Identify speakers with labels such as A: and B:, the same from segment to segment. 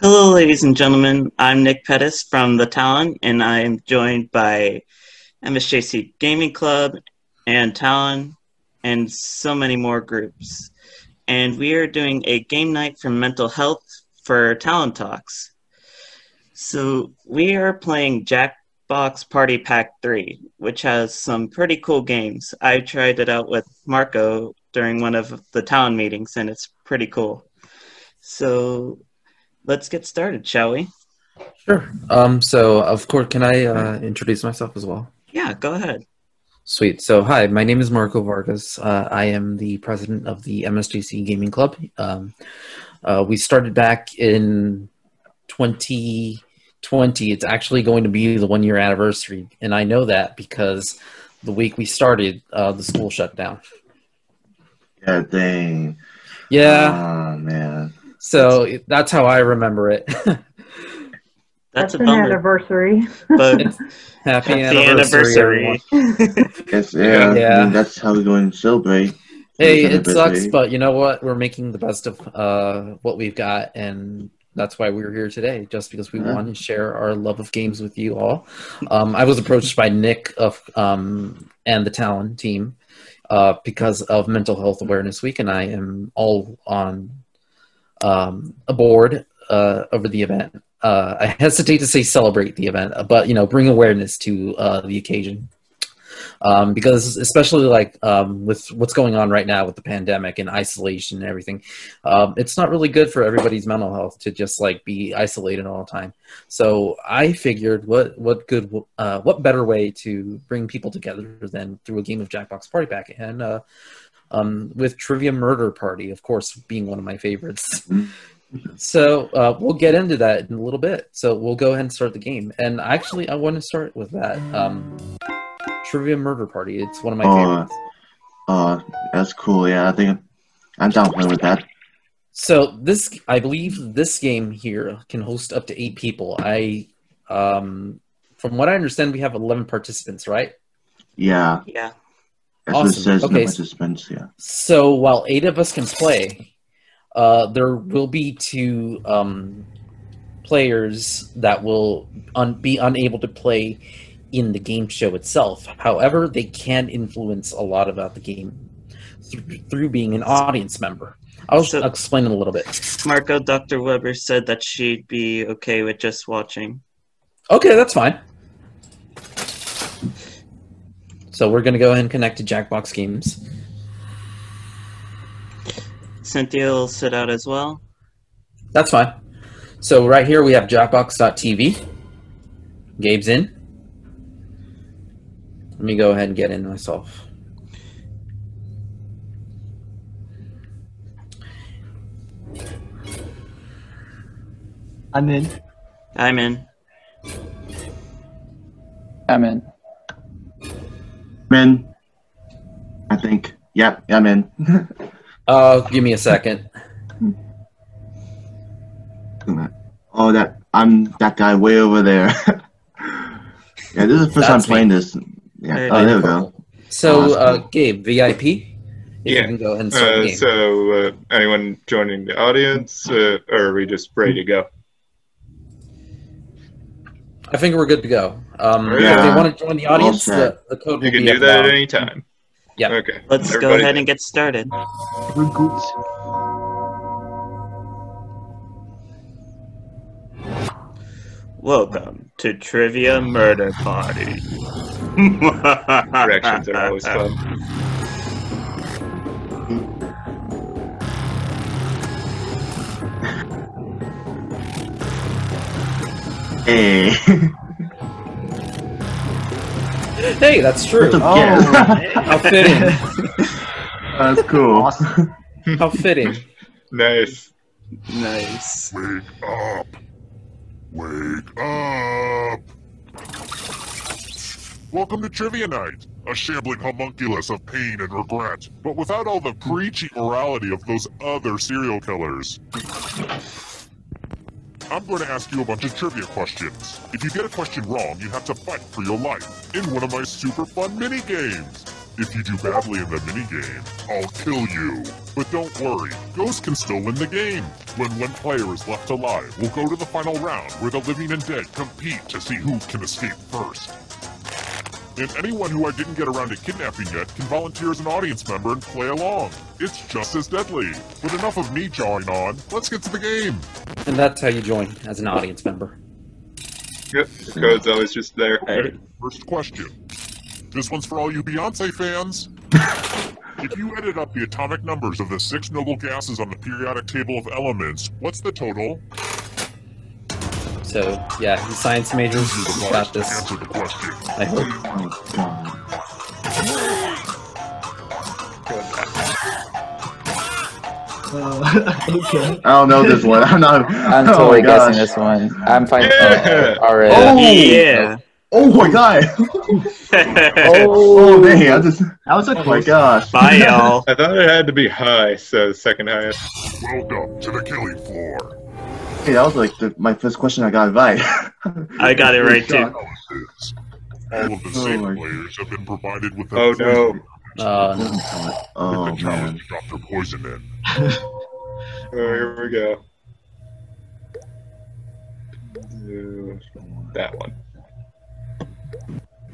A: Hello, ladies and gentlemen. I'm Nick Pettis from The Talon, and I am joined by MSJC Gaming Club and Talon and so many more groups. And we are doing a game night for mental health for Talon Talks. So we are playing Jackbox Party Pack 3, which has some pretty cool games. I tried it out with Marco during one of the Talon meetings, and it's pretty cool. So let's get started, shall we?
B: Sure. Um, so, of course, can I uh, introduce myself as well?
A: Yeah, go ahead.
B: Sweet. So, hi, my name is Marco Vargas. Uh, I am the president of the MSGC Gaming Club. Um, uh, we started back in 2020. It's actually going to be the one year anniversary, and I know that because the week we started, uh, the school shut down.
C: God dang.
B: Yeah.
C: Oh, man.
B: So it- that's how I remember it.
A: That's, a
D: an
A: bummer,
D: anniversary.
A: but
B: Happy
A: happy
B: anniversary. everyone.
A: anniversary.
C: That's, yeah,
B: Yeah.
C: I mean, that's how we're going to celebrate.
B: Hey,
C: Another
B: it sucks,
C: busy.
B: but you know what? We're making the best of uh, what we've got, and that's why we're here today, just because we
C: Yeah.
B: want to share our love of games with you all. Um, I was approached by Nick of um, and the Talon team uh, because of Mental Health Awareness Week, and I am all on um, aboard uh, over the event. Uh, I hesitate to say celebrate the event, but you know, bring awareness to uh, the occasion um, because especially like um, with what's going on right now with the pandemic and isolation and everything um, it's not really good for everybody's mental health to just like be isolated all the time so i figured what what good uh, what better way to bring people together than through a game of jackbox party pack and uh, um, with trivia murder party of course being one of my favorites so uh, we'll get into that in a little bit so we'll go ahead and start the game and actually i want to start with that um, Trivia Murder Party. It's one of my
C: Oh.
B: favorites.
C: Uh, that's cool. Yeah, I think I'm down playing with that.
B: So this, I believe, this game here can host up to eight people. I, um, from what I understand, we have eleven participants, right?
C: Yeah,
A: Yeah,
C: that's what it
B: Awesome.
C: says in
B: Okay.
C: the participants. Yeah.
B: So while eight of us can play, uh, there will be two um, players that will un- be unable to play in the game show itself. However, they can influence a lot about the game through, through being an audience member. I'll
A: So-
B: explain in a little bit.
A: Marco, Dr. Weber said that she'd be okay with just watching.
B: Okay, that's fine. So we're gonna go ahead and connect to Jackbox Games.
A: Cynthia will sit out as well.
B: That's fine. So right here we have Jackbox.tv. Gabe's in. Let me go ahead and get in myself.
E: I'm in.
A: I'm in.
F: I'm in.
C: I'm in. I think. Yeah, yeah I'm in.
B: Uh, give me a second.
C: oh, that I'm that guy way over there. yeah, this is the first time
B: That's me.
C: playing this. Yeah.
A: Hey,
C: Oh, there we go.
B: So
C: Awesome.
B: uh, Gabe, VIP. if You
G: Yeah.
B: can go ahead and start the
G: Uh,
B: game.
G: so, uh, anyone joining the audience, uh, or are we just ready to go?
B: I think we're good to go. Um, If they
C: Yeah.
B: want to join the
C: Well
B: audience,
C: said.
B: the, the code will
G: You can
B: be
G: do
B: up
G: that
B: now.
G: at any time.
B: Yeah.
G: Okay.
A: Let's go
G: Everybody-
A: ahead and get started.
E: We're good.
A: Welcome to Trivia Murder Party.
G: Directions are always fun.
B: uh,
C: Hey.
B: Hey, that's true.
C: What the-
E: Oh,
C: Yeah.
B: How fitting.
C: that's cool.
E: awesome.
B: How fitting.
G: Nice. oh,
A: Nice.
H: Wake up! Wake up! Welcome to Trivia Night, a shambling homunculus of pain and regret, but without all the preachy morality of those other serial killers. I'm going to ask you a bunch of trivia questions. If you get a question wrong, you have to fight for your life in one of my super fun mini games. If you do badly in the minigame, I'll kill you. But don't worry, ghosts can still win the game. When one player is left alive, we'll go to the final round where the living and dead compete to see who can escape first. And anyone who I didn't get around to kidnapping yet can volunteer as an audience member and play along. It's just as deadly. With enough of me jawing on, let's get to the game.
B: And that's how you join as an audience member.
G: Yep, the code's always just there.
A: Alright.
H: First question. This one's for all you Beyonce fans. if you added up the atomic numbers of the six noble gases on the periodic table of elements, what's the total?
B: So yeah, he's a science major.
H: You're
B: He's
H: the
B: got
H: last to
B: this.
H: answer the question.
B: I hope.
C: Oh, God.
E: Uh, I don't care.
C: I don't know this one. I'm not.
D: I'm
C: oh
D: totally
C: my
D: guessing
C: gosh.
D: this one. I'm fine.
G: Yeah.
D: Oh, already.
C: Oh.
A: Yeah.
C: Oh my god. Oh dang. I just.
E: That was a
C: Oh my
E: close.
C: gosh.
A: Bye, y'all.
G: I thought it had to be high, so second highest.
H: Welcome to the killing floor.
C: Hey, that was like the, my first question I got right.
A: I got it right too.
H: Analysis. All of the
C: Oh
H: safe
C: my-
H: players have been provided with a
G: Oh no.
H: poison
B: Uh, no.
H: with
C: Oh
H: the challenge
C: man.
H: to drop their poison in.
G: Oh, here we go.
C: Oh,
G: Uh, That one.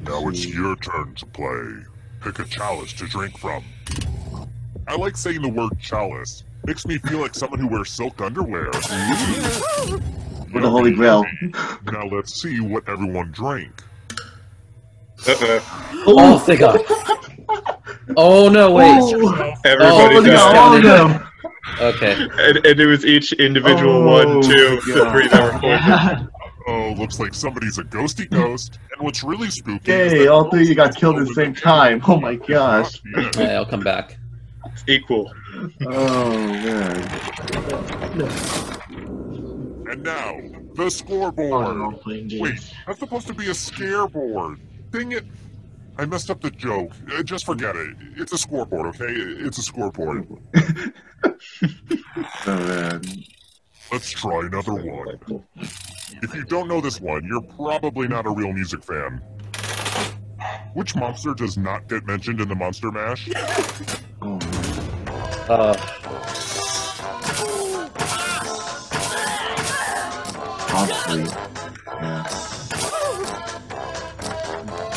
H: Now it's your turn to play. Pick a chalice to drink from. I like saying the word chalice. Makes me feel like someone who wears silk underwear.
C: With the Holy Grail.
H: Now let's see what everyone drank.
G: Uh-oh.
B: Oh, thank God. Oh no! Wait.
C: Oh,
G: Everybody
B: Oh,
C: look at
G: died.
C: all of them.
B: Okay.
G: And, and it was each individual
C: Oh,
G: one, two,
C: God.
G: three that were poisoned.
H: Oh, looks like somebody's a ghosty ghost. And what's really spooky is
C: Yay!
H: that
C: All three of you got killed at the
H: ghosts
C: same time. Oh my gosh.
H: Not
B: All
H: yet.
B: right, I'll come back.
G: It's equal.
C: Oh man.
H: And now, the
C: Oh,
E: I
H: scoreboard.
E: love playing
H: Wait,
E: games.
H: that's supposed to be a scoreboard. Dang it. I messed up the joke. Uh, just forget it. It's a scoreboard, okay? It's a scoreboard.
C: Oh man.
H: Let's try another one. If you don't know this one, you're probably not a real music fan. Which monster does not get mentioned in the Monster Mash?
C: Oh man.
B: Uh,
C: Obviously. Yeah.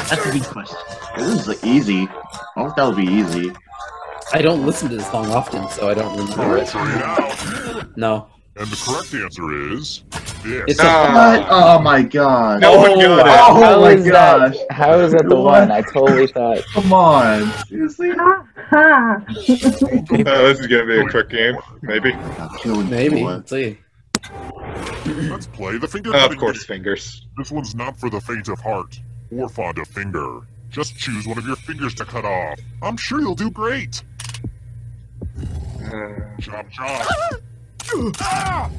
E: That's a good question.
C: This is like, easy. I thought that would be easy.
B: I don't listen to this song often, so I don't remember it.
H: Try it out.
B: No.
H: And the correct answer is this.
B: It's a,
C: What?
G: Ah.
C: Oh my gosh.
G: No one got it.
C: wow. Oh
D: How
C: my
D: is that-
C: gosh.
D: how is that the
C: What?
D: one? I totally thought.
C: Come on. Seriously?
G: Oh, this is gonna be a quick game, maybe.
C: I got killed
B: maybe.
C: before.
B: Let's see.
H: Let's play the finger
G: Oh, of
H: cutting
G: course, fingers.
H: This one's not for the faint of heart or fond of finger. Just choose one of your fingers to cut off. I'm sure you'll do great.
G: Uh,
H: Chop, chop. Ah!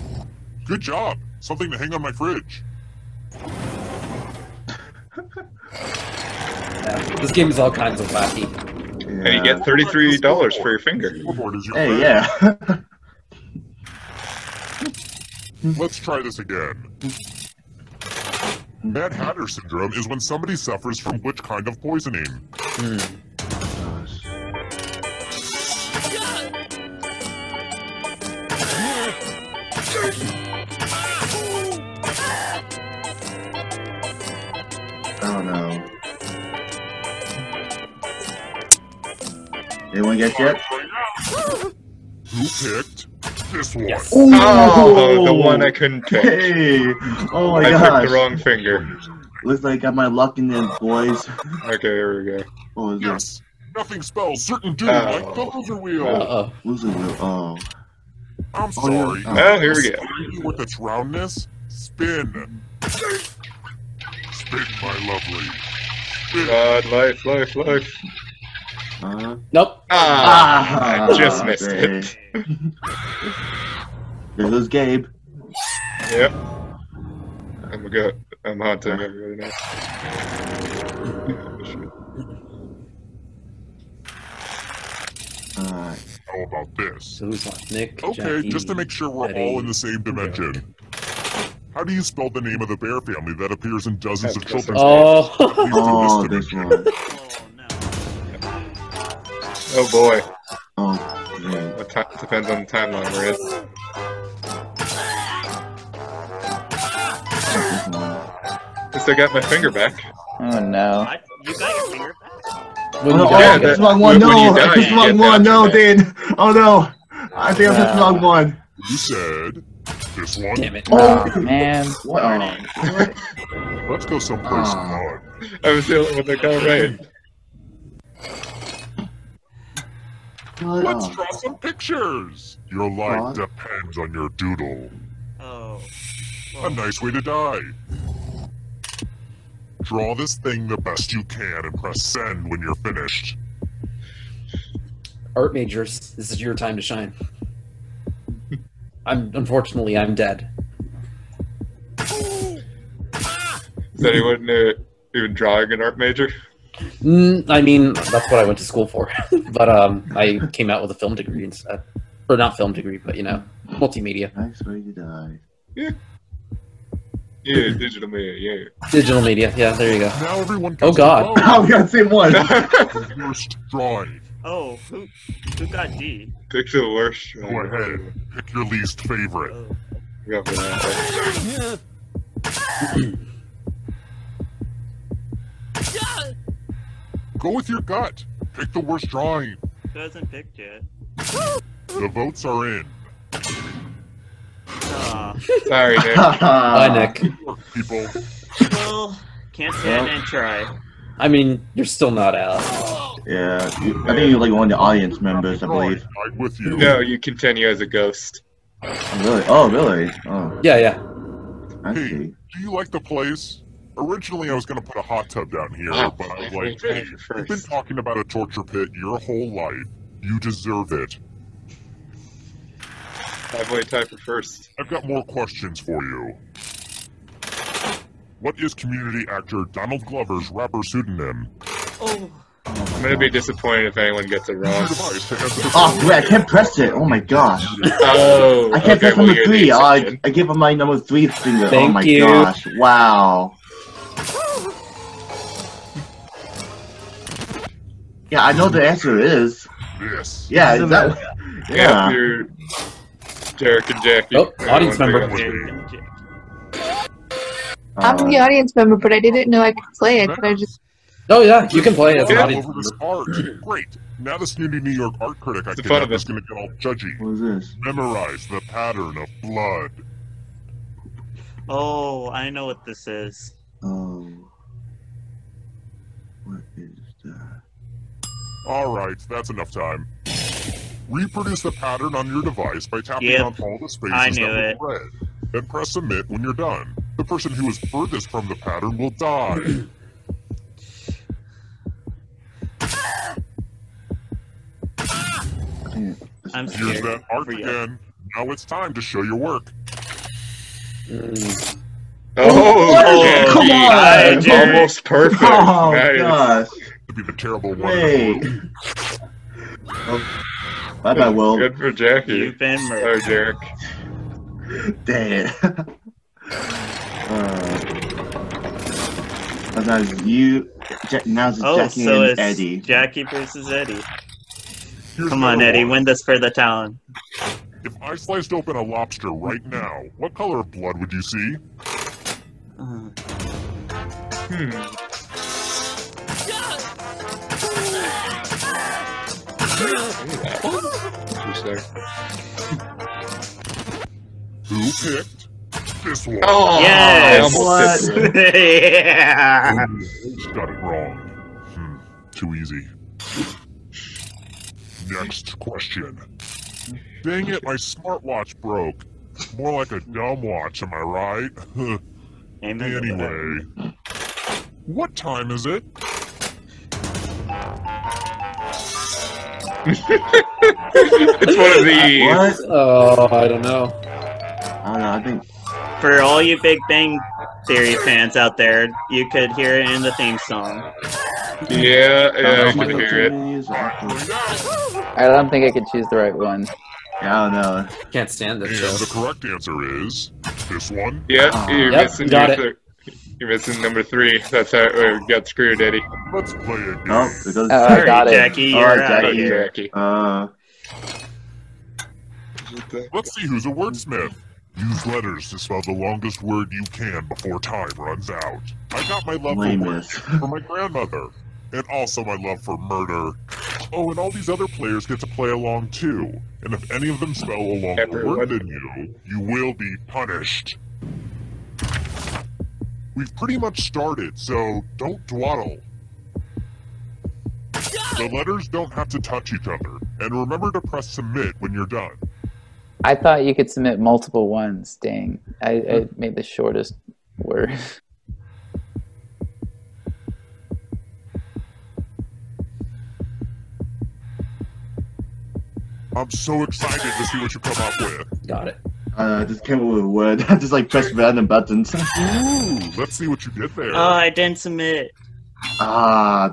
H: Good job. Something to hang on my fridge.
B: This game is all kinds of wacky.
G: and you
C: Yeah.
G: get thirty-three dollars for your finger.
H: Scoreboard is your
C: Hey,
H: friend.
C: yeah.
H: Let's try this again. Mad Hatter syndrome is when somebody suffers from which kind of poisoning?
B: Hmm.
C: I don't know. Anyone get yet?
H: Who picked this one?
G: Oh, the one I couldn't pick.
C: Hey! Oh my
G: I
C: gosh!
G: picked the wrong finger.
C: Looks like I got my luck in them, boys.
G: Okay, here we go.
C: What was this?
H: Yes. Nothing spells certain doom
G: Oh.
H: like the loser wheel.
B: Uh oh.
C: Loser wheel. Oh.
H: I'm
C: Oh, yeah.
H: sorry.
C: Oh.
G: Oh, here we go.
H: Spin With its roundness, spin. Spin, my lovely. Spin.
G: God, life, life, life.
C: Uh,
B: Nope.
G: Ah,
C: ah!
G: I just missed
C: dang.
G: it.
C: There goes Gabe.
G: Yep. I'm go. I'm haunting everybody now.
C: Alright.
H: How about this?
B: So who's on? Nick.
H: Okay,
B: Jackie,
H: just to make sure we're
B: Betty.
H: all in the same dimension. How do you spell the name of the bear family that appears in dozens of
G: That's
H: children's
B: Oh.
H: games?
C: Oh, this one.
A: Oh, no.
G: Oh boy.
C: Oh, man.
G: What ti- depends on the timeline we're in. At least I got my finger back.
D: Oh no.
F: What? You got your finger back?
B: When
C: oh,
B: you
C: oh,
B: die,
G: yeah,
C: I
G: that-
B: you
C: picked
B: get-
C: the wrong one.
G: when- when
C: No,
G: you
C: I
G: die,
C: picked the
G: you
C: wrong
G: get
C: one.
G: that
C: No,
G: back.
C: Dan. Oh, no. I think I picked the wrong one.
H: You said this one.
B: damn it.
D: Oh man.
C: What?
H: Let's go someplace
C: Ah.
H: fun.
G: I was the only one that got it right.
H: Let's draw some pictures. Your life
C: What?
H: depends on your doodle.
F: Oh. Well,
H: A nice way to die. Draw this thing the best you can and press send when you're finished.
B: Art majors, this is your time to shine. I'm unfortunately I'm dead.
G: Is anyone uh, even drawing an art major?
B: Mm, I mean, that's what I went to school for, but um, I came out with a film degree instead, or not film degree, but you know, multimedia,
C: Nice way to die.
G: Yeah, digital media,
B: digital media. Yeah, there you go.
H: Now everyone can
B: Oh, God.
C: Oh, we got the same one.
G: yeah.
H: the worst drawing.
F: oh, who who got D?
G: Pick the worst.
H: Go ahead. Pick your least favorite.
F: Oh.
G: Yeah, but,
H: Go with your gut. Pick the worst drawing.
F: Who hasn't picked yet?
H: The votes are in.
F: Aw.
G: uh, Sorry, Nick.
B: Bye,
C: Bye,
B: Nick.
H: Work, people.
F: Well, can't stand and try.
B: I mean, you're still not out.
C: Yeah, you- I think you're like one of the audience members, I believe.
H: I'm with you.
G: No, you continue as a ghost.
C: Really? Oh, really? Oh,
B: Yeah, yeah.
C: I see.
H: Do you like the place? Originally, I was going to put a hot tub down here,
G: Ah,
H: but I was
G: we
H: like,
G: did
H: hey,
G: it
H: you've been
G: first.
H: talking about a torture pit your whole life. You deserve it.
G: Halfway time for first.
H: I've got more questions for you. What is community actor Donald Glover's rapper pseudonym?
F: Oh,
G: I'm gonna be disappointed if anyone gets it
H: Use your
G: wrong.
H: device to answer the
C: Oh, yeah, I can't press it. Oh my gosh.
G: Oh,
C: I can't
G: okay,
C: press
G: well,
C: number
G: you're the
C: three. Oh, I,
G: exception.
C: I give him my number three finger. oh
B: Thank
C: my
B: you.
C: gosh. Wow. Yeah, I know the answer is.
H: This.
C: Yeah,
E: Isn't
C: is that.
G: yeah,
C: Yeah.
G: you're Derek and Jackie.
B: Ah. Oh, audience
G: Everyone
B: member.
G: figure it out.
F: Jack- Jack.
C: Uh,
I: I'm the audience member, but I didn't know I could play it. But I just
B: Oh yeah, you can play it as an
H: All
B: audience.
H: over
B: member.
H: this art. Great. Now this snooty New York art critic I
G: The
H: can
G: fun
H: have
G: of it.
H: is going to get all judgy.
C: what is this?
H: Memorize the pattern of blood.
F: Oh, I know what this is.
C: Oh. What is that?
H: All right, that's enough time. Reproduce the pattern on your device by tapping
F: Yep.
H: on all the spaces
F: I
H: that
F: knew
H: were
F: it.
H: red. Then press submit when you're done. The person who is furthest from the pattern will die.
F: I'm
H: Here's
F: scared.
H: that art
F: for you.
H: again. Now it's time to show your work.
B: Mm.
G: Oh,
C: What? Come
G: Jackie.
C: on!
G: Hi, Jared. Almost perfect.
C: Oh
G: Nice.
C: gosh.
H: To be the terrible one.
C: Hey. Bye bye, Will.
G: Good for Jackie.
F: You've been
G: Sorry,
F: murdered.
G: Derek.
C: Dang it. uh, but now it's you. Ja- now it's
F: Oh,
C: Jackie
F: so
C: and
F: it's
C: Eddie.
F: Jackie versus Eddie.
H: Here's
F: Come on,
H: another
F: Eddie,
H: one.
F: win this for the town.
H: If I sliced open a lobster right now, what color of blood would you see?
F: Uh,
G: Hmm. Look at that.
H: Who picked this one?
G: Oh, I
F: Yes!
G: almost did it.
F: yeah!
H: Ooh, Got it wrong. Hmm, too easy. Next question. Dang it, my smartwatch broke. More like a dumb watch, am I right?
F: Amen to that.
H: anyway. What time is it?
G: It's one of these.
C: What?
B: Oh, I don't know.
C: I don't know. I think.
F: For all you Big Bang Theory fans out there, you could hear it in the theme song.
G: Yeah, yeah, I
C: I
G: can
C: don't know.
G: hear it.
D: I don't think I could choose the right one.
C: Yeah, I don't know.
B: Can't stand
H: And
B: this show.
H: the correct answer is this one.
G: Yep, you're
C: Ah,
B: Yep,
G: missing
B: got
G: your
B: it.
G: third. You're missing number three. That's how we got screwed, Eddie.
H: Let's play a game.
C: No, it goes.
D: Oh, I got it.
F: Jackie,
C: Oh,
F: you're out of
C: Jackie.
F: here.
G: Jackie.
C: Uh,
H: Let's see who's a wordsmith. Use letters to spell the longest word you can before time runs out. I got my love for words
C: lameness.
H: for my grandmother, and also my love for murder. Oh, and all these other players get to play along too. And if any of them spell a longer
G: Everyone.
H: word than you, you will be punished. We've pretty much started, so don't dawdle. The letters don't have to touch each other, and remember to press submit when you're done.
D: I thought you could submit multiple ones. Dang, I, I made the shortest word.
H: I'm so excited to see what you come up with.
B: Got it.
C: Uh, I just came up with a word. I just like pressed random buttons.
H: Ooh, let's see what you did there.
F: Oh, I didn't submit.
C: ah,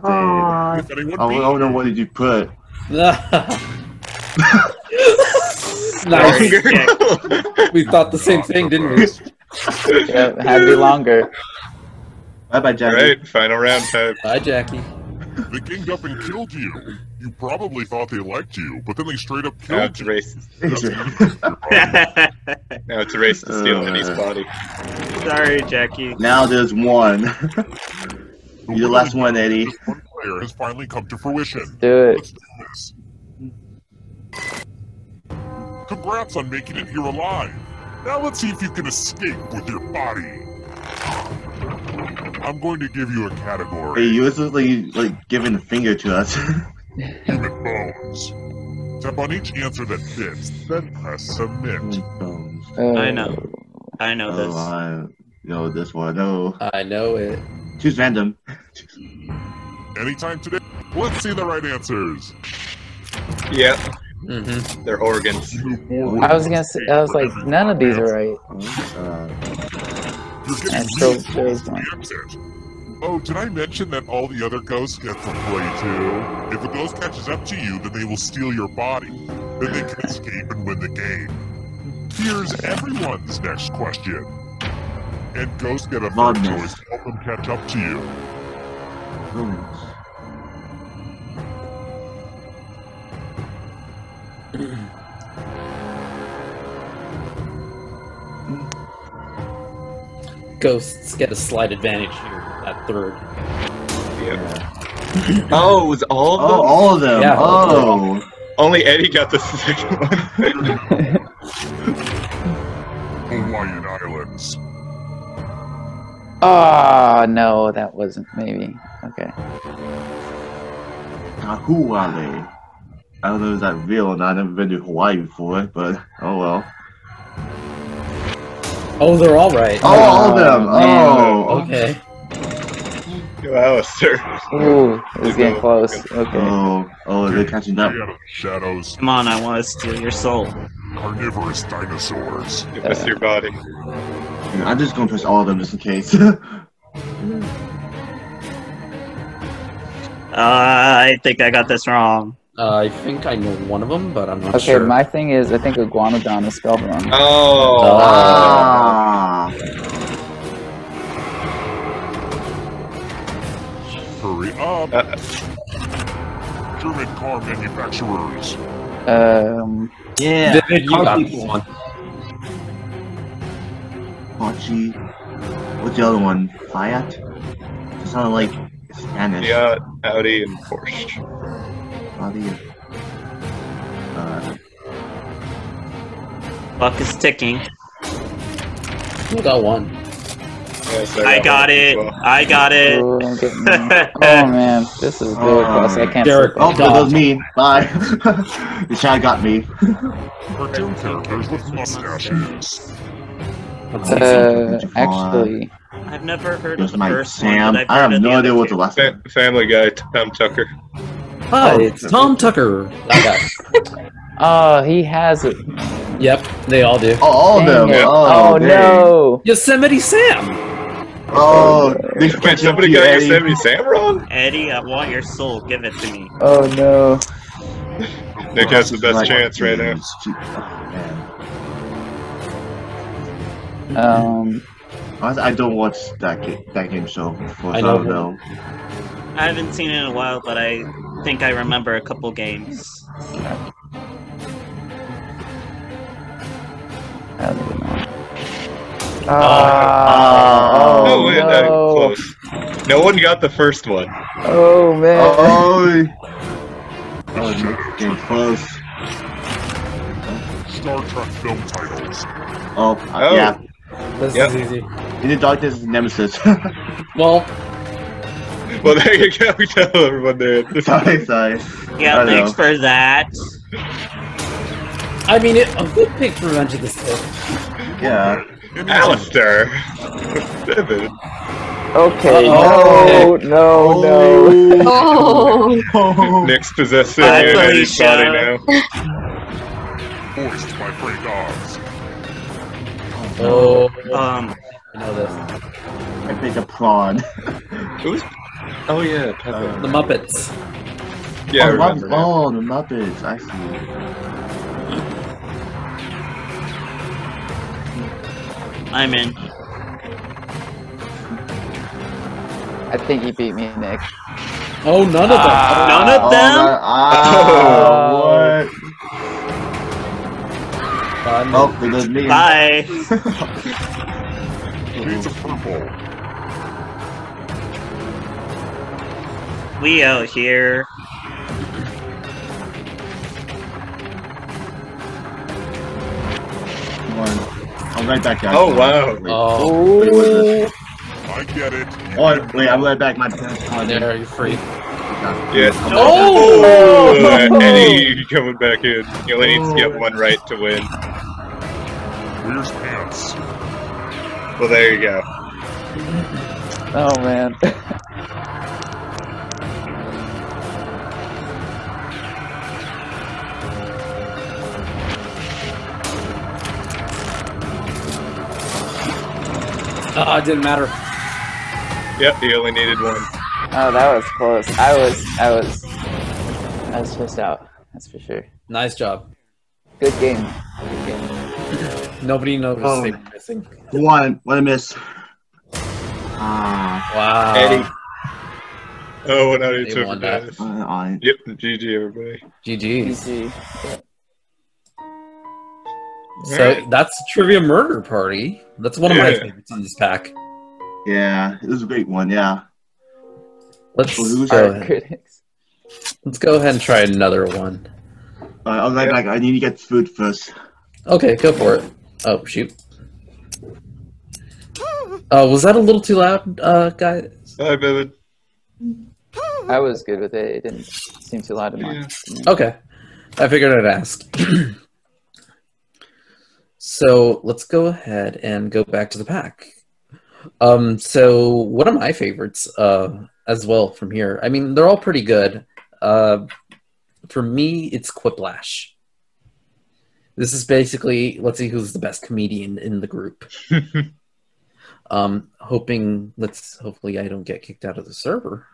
C: dude.
H: if anyone
C: I
H: beat
C: don't know what did you put.
B: nice. We thought the same thing, didn't we?
H: Controversy.
D: yep, had to be longer.
C: Bye bye,
G: All
C: Jackie.
G: right, final round time.
B: Bye, Jackie.
H: They ganged up and killed you. You probably thought they liked you, but then they straight up
G: Now
H: killed
G: it's a
H: you.
G: race.
H: That's even your problem.
G: Now it's a race to steal Eddie's
B: Uh.
G: body.
F: Sorry, Jackie.
C: now there's one.
H: The
C: You're the
H: winner
C: last one, Eddie.
H: of this one player has finally come to fruition.
D: Do it.
H: Let's do this. Congrats on making it here alive. Now let's see if you can escape with your body. I'm going to give you a
C: Hey,
H: category. Uh,
C: you was just like, like giving a finger to us.
H: human bones. Tap on each answer that fits, then press submit.
C: Um,
D: Oh.
F: I know. I know
C: oh,
F: this.
C: I know this one. No,
B: I know it.
C: choose random.
H: Anytime today. Let's see the right answers.
G: Yeah,
B: Mm-hmm.
G: they're organs.
H: You more
D: I was gonna say. I was like, none of these are right.
C: Uh,
H: You're
D: I
H: getting
D: still
H: really
D: there
H: close
D: was
H: to
D: one.
H: the exit. Oh, did I mention that all the other ghosts get to play too? If a ghost catches up to you, then they will steal your body. Then they can escape and win the game. Here's everyone's next question. And ghosts get a third
C: Madness.
H: choice to help them catch up to you.
B: Ghosts get a slight advantage here at third.
G: Oh, it was all of
C: oh,
G: them?
C: all of them.
B: Yeah.
C: Oh,
G: Only Eddie got the second one.
H: Hawaiian Islands.
D: Oh no, that wasn't maybe. Okay.
C: now who are they? I don't know if that's real or not. I've never been to Hawaii before, but oh well.
B: Oh, they're all right.
C: Oh, all of them.
D: man.
C: Oh, okay.
B: Okay.
G: Wow, sir.
D: Ooh, it was getting close. Okay.
C: Oh, oh, they're catching up.
H: Three out of the shadows,
F: Come on, I want to steal your soul.
H: carnivorous dinosaurs.
G: Give us your body.
C: I'm just gonna press all of them just in case. oh,
F: Uh, I think I got this wrong.
B: Uh, I think I know one of them, but I'm not
D: Okay.
B: sure.
D: My thing is, I think iguanodon is spelled wrong.
G: Oh,
C: ah,
H: Hurry up! German car manufacturers.
D: Um.
E: Yeah.
B: Vivid, you
E: Car
B: got
E: people.
B: this one.
C: Hachi. What's the other one? Fiat. It sounded like Spanish.
G: yeah, Audi and Porsche.
C: Body. Uh,
F: Buck is ticking.
B: You got one.
G: Yes,
F: I got
G: one as
F: it.
G: well.
F: I got it.
D: Ooh, I'm getting. Oh man, this is really close. I can't.
B: Derek,
C: oh,
D: circle.
C: but that was me. Bye. the chat got
D: Uh,
C: me.
H: Cartoon characters with mustaches.
B: Let's see.
D: Uh, actually,
F: I've never heard of
C: There's
F: the
C: my
F: first one.
C: Sam.
F: but I've
C: I
F: heard
C: have
F: of
C: no
F: the
C: idea
F: other
C: what the
F: two.
C: last
G: Fa-
C: name.
G: Family Guy, Tom Tucker.
B: Hi,
G: Oh.
C: Oh.
B: it's Tom Tucker. I got it.
D: oh, he has it.
B: Yep, they all do.
C: Oh, all of
D: Dang
C: them.
D: it.
C: Oh,
D: oh
C: dang.
D: no.
B: Yosemite Sam.
C: Oh, they
G: Wait,
C: catch up to
G: somebody
C: you,
G: got
C: Eddie.
G: Yosemite Sam wrong?
F: Eddie, I want your soul. Give it to me.
D: Oh no.
G: Nick has the best
C: Like,
G: chance right now.
C: geez, gee- oh, man.
D: Um,
C: I, I don't watch that game, that game show. Of course,
B: I
C: I
B: know.
C: don't know.
A: I haven't seen it in a while, but I think I remember a couple games.
D: Ah,
G: Oh,
D: oh,
G: wait, that
D: no.
G: close. No one got the first one.
D: oh man.
C: Oh, oh, no, game close.
H: Star Trek film titles.
C: Oh,
G: Oh.
C: yeah.
B: This
G: Yep.
B: is easy.
C: In the darkness is Nemesis.
B: Well,
G: Well, there you go. We tell everyone that.
C: sorry, sorry.
A: Yeah,
C: I know.
A: thanks for that.
B: I mean, it, a good pick for Revenge of the Sith.
C: Yeah.
G: Alistair. Seven.
D: Okay.
C: Uh-oh.
J: Oh.
D: No, no, no.
I: Oh,
G: Nick's possessing
A: Hi,
G: it in his
A: Felicia.
G: body now.
H: Voiced by Frank Oz.
B: Oh,
A: Um,
B: I know this.
C: I think a prawn.
G: Who's? Oh yeah, Peppa.
B: Uh, The Muppets.
G: yeah, I
C: oh,
G: remember
C: Mupp-
G: that.
C: oh, the Muppets. I see.
A: I'm in.
D: I think you beat me, Nick.
B: Oh, none of them.
A: None
D: Ah,
A: of
C: Oh,
A: them?
C: that-
J: Oh,
C: ah, what?
B: Fun.
C: Oh, they did me.
A: Bye.
H: Shades of Purple.
A: We out here.
C: Come on. I'm right back, guys.
G: Oh, wow.
C: Wait.
B: Oh,
C: Wait, what is this?
H: I get it.
C: Oh, wait, I'm right back. My parents called me.
B: there, you're free.
G: Yeah.
C: I'm right
B: Oh!
G: Oh, Eddie coming back in. You only needs to get one right to win.
H: Wears pants.
G: Well, there you go.
D: Oh man.
B: Uh, it didn't matter.
G: Yep, you only needed one.
D: Oh, that was close. I was, I was, I was pissed out. That's for sure.
B: Nice job.
D: Good game. Good game.
B: Nobody noticed
C: Oh.
B: they were missing.
C: back. One. What a miss. Ah,
B: Wow.
G: Eddie. Oh, what
B: Uh, They
G: audience took
B: won
G: this.
C: uh, I-
G: Yep, GG, everybody.
B: GG.
D: GG.
B: So that's Trivia Murder Party. That's one of my
G: Yeah.
B: favorites on this pack.
C: yeah, it was a great one. Yeah.
B: Let's
C: Well, who's
B: go
C: our
D: Art
B: ahead.
D: critics.
B: let's go ahead and try another one.
C: Uh, I'm right back. I need to get food first.
B: Okay, go for it. Oh shoot. Uh, was that a little too loud, uh, guys?
G: Bye, Bevan.
D: I was good with it. It didn't seem too loud to me.
B: Okay, I figured I'd ask. so let's go ahead and go back to the pack. Um, so what are my favorites uh, as well from here? I mean, they're all pretty good. Uh, for me, it's Quiplash. This is basically let's see who's the best comedian in the group. um, hoping let's hopefully I don't get kicked out of the server.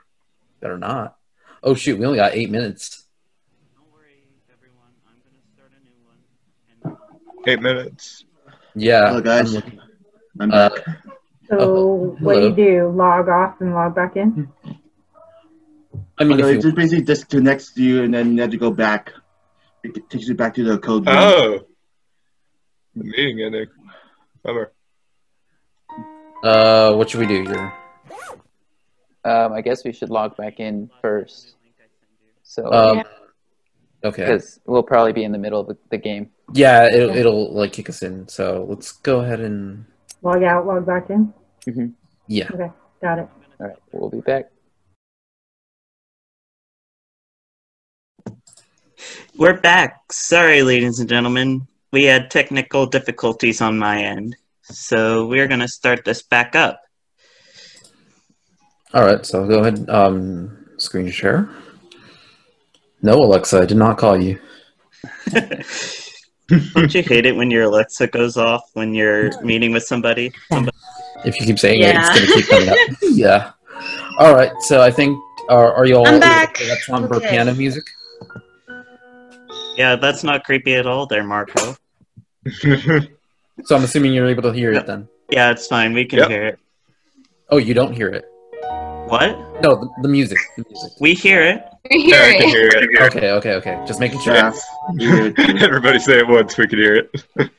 B: Better not. Oh shoot, we only got eight minutes.
A: Don't worry, everyone. I'm going to start a new one. And
G: Eight minutes.
B: Yeah.
C: Hello, guys.
B: I'm looking-
C: I'm
B: uh,
C: back.
K: So
B: Oh,
K: what do you do?
B: hello.
K: Log off and log back in?
B: I mean,
C: Okay, Oh, it
B: if you,
C: just basically disconnects you and then you have to go back. It takes you back to the code. room.
G: Oh! The meeting ending. Bummer.
B: uh, what should we do here?
D: Um, I guess we should log back in first. So,
B: Um, okay.
D: because we'll probably be in the middle of the, the game.
B: Yeah, it'll, it'll like kick us in. So let's go ahead and
K: Log out, log back in?
B: Mm-hmm. yeah.
K: Okay, got it.
D: All right, we'll be back.
A: We're back. Sorry, ladies and gentlemen. We had technical difficulties on my end. So we're going to start this back up.
B: All right. So go ahead. Um, screen share. No, Alexa, I did not call you.
A: Don't you hate it when your Alexa goes off when you're meeting with somebody?
B: If you keep saying
K: Yeah.
B: it, it's gonna keep coming up. yeah. All right. So I think are, are you all?
K: I'm back.
B: That's on
K: Okay.
B: Burkana music.
A: Yeah, that's not creepy at all there, Marco.
B: So I'm assuming you're able to hear it then.
A: Yeah, it's fine. We can
G: Yep.
A: hear it.
B: Oh, you don't hear it.
A: What?
B: No, the, the music. The music.
A: We hear it.
I: We
G: Yeah,
I: hear
G: I can
I: it.
G: hear it.
B: Okay, okay, okay. Just making sure.
C: Yeah. You hear it too.
G: Everybody say it once. We can hear it.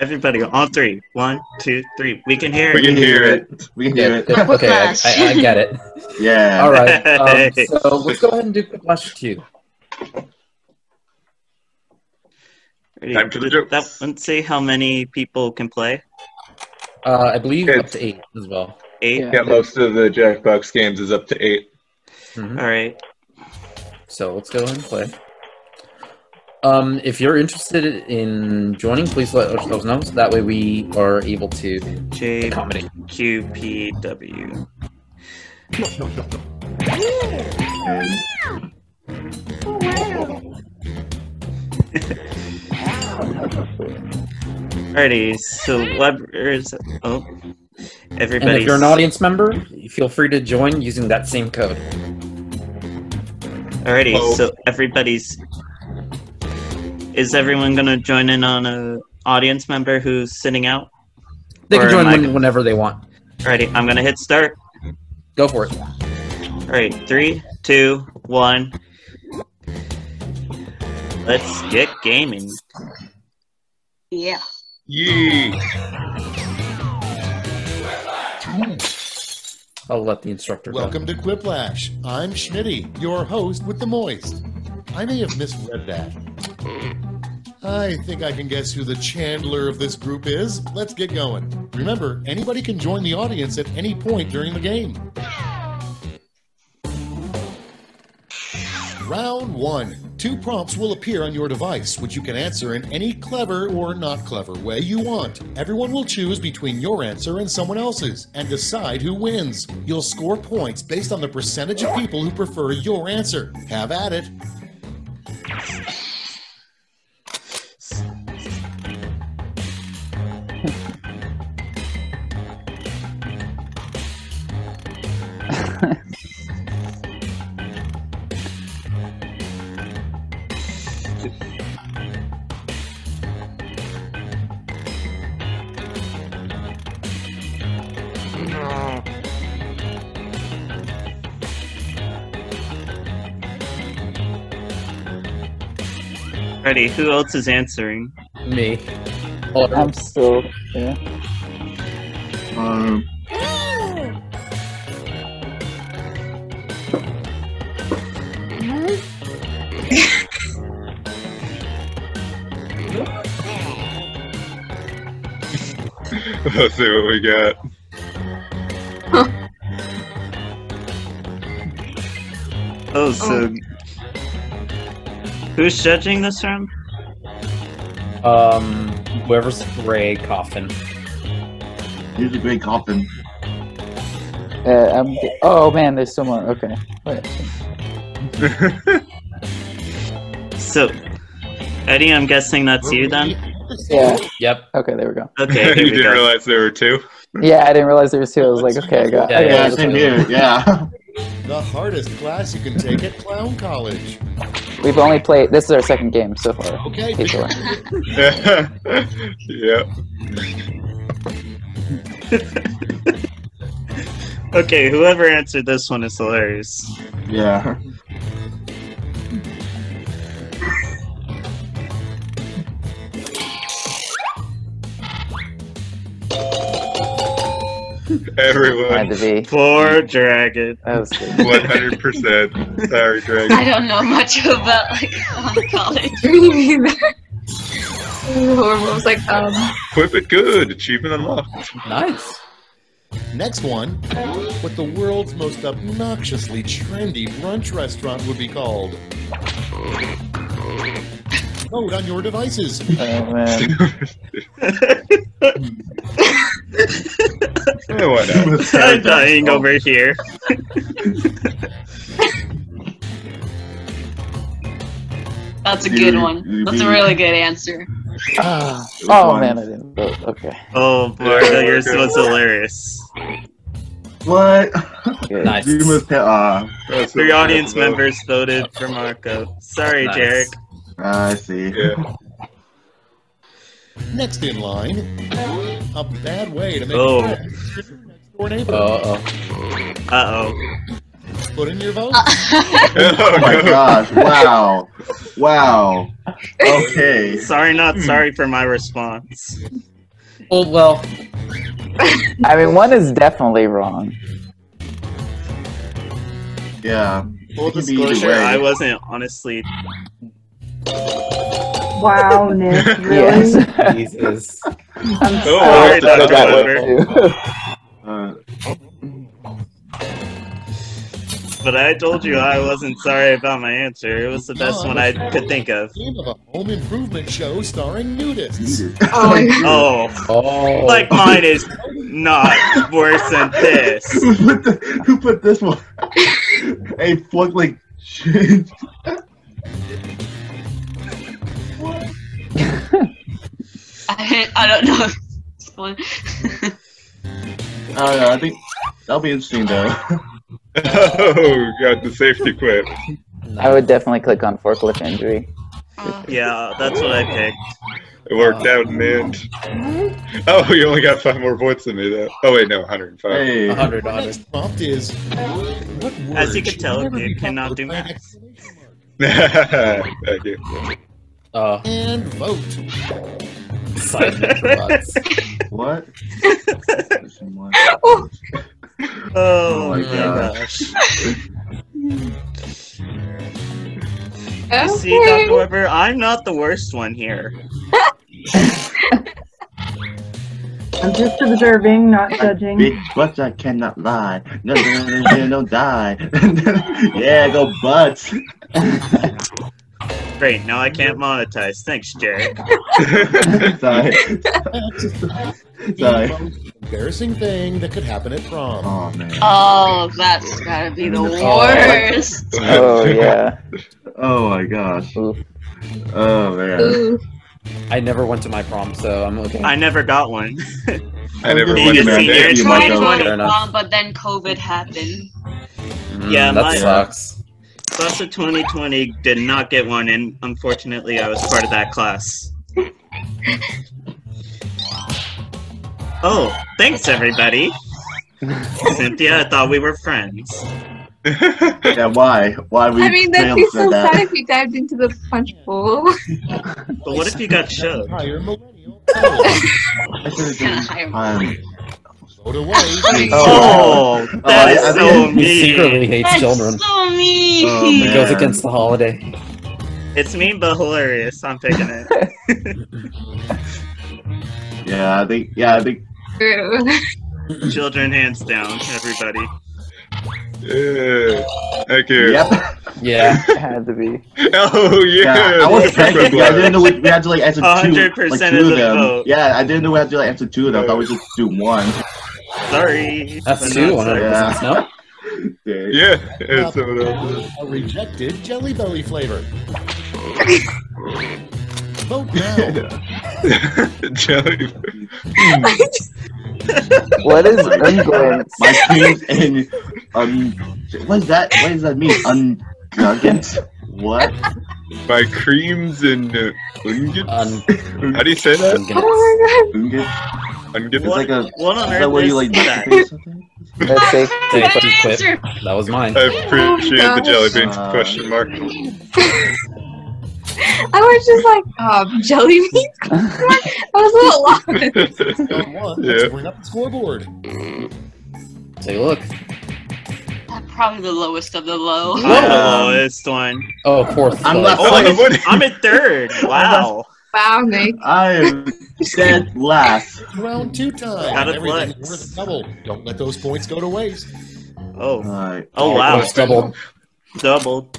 A: Everybody, go on three. One, two, three. We can hear
G: We
A: it.
G: can hear it.
C: We can hear
B: Yeah,
C: it.
B: good. okay, I, I, I get it.
C: Yeah.
B: All right. Um, so let's go ahead and do quick flash two.
G: Time for the
A: Did That,
G: jokes.
A: let's see how many people can play.
B: Uh, I believe up
G: It's-
B: to eight as well.
A: Eight.
D: Yeah.
G: Yeah, most of the Jackbox games is up to eight.
B: Mhm.
A: All right.
B: So let's go ahead and play. Um, if you're interested in joining, please let us know. So that way we are able to accommodate.
A: JQPW.
B: um,
A: Alrighty, so webers. Oh,
B: And
A: everybody.
B: if you're an audience member, feel free to join using that same code.
A: Alrighty,
G: Oh.
A: so everybody's. Is everyone gonna join in on a audience member who's sitting out?
B: They
A: Or
B: can join
A: am I-
B: when, whenever they want.
A: Alrighty, I'm gonna hit start.
B: Go for it.
A: Alright, three, two, one. Let's get gaming.
J: Yeah.
G: Yee!
B: I'll let the instructor. Go.
L: Welcome to Quiplash. I'm Schmitty, your host with the moist. I may have misread that. I think I can guess who the Chandler of this group is. Let's get going. Remember, anybody can join the audience at any point during the game. Round one. Two prompts will appear on your device, which you can answer in any clever or not clever way you want. Everyone will choose between your answer and someone else's and decide who wins. You'll score points based on the percentage of people who prefer your answer. Have at it.
A: Alrighty, who else is answering?
B: Me. Oh,
D: I'm still. Yeah.
C: Um,
G: Let's see what we got.
A: Oh, so who's judging this round?
B: um, whoever's Ray Coffin.
C: here's a great coffin.
D: Uh, I'm. Oh man, there's someone. Okay. Wait.
A: So, Eddie, I'm guessing that's you then.
D: Yeah.
B: Yep.
D: Okay. There we go.
A: Okay,
G: you
A: here we
G: didn't
A: go.
G: realize there were two.
D: Yeah, I didn't realize there was two. I was like, okay, I got.
B: Yeah,
D: okay,
C: Yeah,
D: I got
C: same
D: two.
C: here. Yeah.
L: The hardest class you can take at Clown College.
D: We've only played. This is our second game so far.
L: Okay,
D: People.
G: yeah.
A: Okay, whoever answered this one is hilarious.
C: Yeah.
D: Had
G: Everyone.
D: to be.
A: Poor dragon.
D: That was good.
G: 100%. Sorry, Greg.
J: I don't know much about like on college.
I: Me neither. Horrible. I was like, um,
G: Equip it good. Achievement unlocked.
B: Nice.
L: Next one, what the world's most obnoxiously trendy brunch restaurant would be called. Vote on your devices.
D: Oh man.
G: Yeah, why not?
A: I'm dying over here.
J: That's a good one. That's a really good answer.
D: Ah. Oh man, I didn't vote. Okay.
A: Oh, boy,
G: Yeah,
A: yours
G: okay.
A: was hilarious.
C: What?
D: Good.
B: Nice.
C: You must have. Uh,
G: That's
A: Three
G: what we
A: audience
G: have to vote.
A: members voted for Marco. Sorry,
B: Nice.
A: Derek.
C: I see.
G: Yeah.
L: Next in line, A bad way to make
A: Oh.
L: a friend. with your next-door neighbor.
A: Uh oh. Uh oh.
L: Put in your vote.
C: oh my gosh! Wow, wow. Okay. Hmm.
A: Sorry, not sorry for my response.
B: Oh well.
D: I mean, one is definitely wrong.
C: Yeah.
A: Full
C: It could be either
A: disclosure,
C: way.
A: I wasn't honestly.
M: Wow, Nick. Really?
B: Yes. Jesus.
A: Don't worry, Dr. Weber.
C: Uh,
A: But I told you I wasn't sorry about my answer. It was the
B: Oh,
A: best one I could think of.
L: Game of a home improvement show starring nudists.
A: Oh.
B: oh.
A: Like mine is not worse than this.
C: who, put the, who put this one? hey, fuck like shit.
J: I, I don't know. It's fun.
C: I don't know. Oh, I think that'll be interesting though.
G: Oh, got the safety quit.
D: I would definitely click on forklift injury.
A: Yeah, that's what I picked.
G: It worked out in the end. Oh, you only got five more points than me, though. Oh, wait, no, 105.
C: Hey.
B: hundred
L: The next prompt is what word
A: As you can
L: should
A: tell,
L: never be
A: Nick cannot do
L: public-
A: math.
G: Thank you.
B: Uh,
L: and vote.
B: silent robots.
C: What?
J: Oh,
A: Oh
C: my
A: my
C: God.
A: gosh.
I: Okay.
A: See, Dr. Weber, I'm not the worst one here.
M: I'm just observing, not judging.
C: Bitch, butts I cannot lie. No, no, no, no, no, die. yeah, go butts.
A: Great, now I can't monetize. Thanks, Jared.
C: Sorry. Sorry.
L: The most embarrassing thing that could happen at prom.
C: Oh man.
J: oh, that's gotta be
B: Oh,
J: the worst.
D: Oh yeah.
C: Oh my gosh.
D: Oof.
C: Oh man.
I: Ooh.
B: I never went to my prom, so I'm okay.
A: I never got one.
G: I never
A: Being
G: went
A: a
G: to that
A: senior,
G: date.
J: I
C: you,
J: tried
C: Michael.
J: going
B: Fair
J: to
B: enough.
J: prom, but then COVID happened.
B: Mm,
A: Yeah,
B: that
A: my- uh,
B: sucks.
A: Class of 2020 did not get one, and unfortunately, I was part of that class. Oh, thanks, everybody. Cynthia, I thought we were friends.
C: Yeah, why? Why we
I: I mean, that'd be
C: failed
I: so
C: at that?
I: sad if you dived into the punch bowl.
A: But what if you got shoved?
L: Entire millennial poll.
C: I should've done- um,
L: Vote away.
A: Oh, that
C: I-
A: is
C: I
A: so
C: think
B: He secretly
A: mean.
B: hates
J: That's
B: children.
J: so
C: Oh,
J: mean.
B: He goes
C: man.
B: against the holiday.
A: It's mean but hilarious. I'm picking it.
C: Yeah, I think. Yeah, I think.
I: True.
A: Children, hands down, everybody.
G: Yeah. Thank you.
C: Yep.
B: Yeah.
D: It had to be.
G: Oh, yeah.
C: Yeah, I was
G: that's so
C: thinking. I
G: glad.
C: didn't know we, we had to like answer two, like
A: 100%
C: two
A: of
C: of
A: the
C: them.
A: vote.
C: Yeah, I didn't know we had to like answer two of them. I thought we just do one.
A: Sorry.
B: That's
A: but
B: two,
A: not
B: one
A: sorry.
B: hundred percent. No.
C: Yeah.
G: Yeah, it's someone else's.
L: Uh, A rejected Jelly Belly flavor. Vote now.
G: Jelly.
D: What is unguents?
C: My team's in. Um, what is that? What does that mean? Unguggins? What?
G: My creams and uh, ungets?
B: Un-
G: How do you say that?
B: unguents.
C: Unguents? It's
G: Ungets?
A: What-
C: like a.
A: what on
C: is that
A: earth
C: where you
A: is
C: like
A: that?
C: dip it or something?
D: That's safe.
B: Did
J: That's
B: I
J: my
B: quit?
J: answer.
B: That was mine.
G: I appreciate
I: Oh my
G: the jelly
I: gosh.
G: beans
C: Uh,
G: question mark.
I: I was just like, um, jelly beans? I
J: Oh
I: was a little lost.
L: Round one.
G: Yeah.
L: Let's bring up the scoreboard.
B: Take a look.
J: Probably the lowest of the low.
A: I'm the lowest one.
B: Oh, fourth.
C: I'm
B: place.
C: not-
A: Oh,
G: Oh, what-
A: I'm, I'm in third. Wow.
I: Wow, Nick.
C: I am dead last.
L: Round two time.
A: Out of
L: Everything
A: flex.
L: worth double. Don't let those points go to waste.
A: Oh.
C: Alright.
A: Oh wow.
B: Almost double.
A: Double.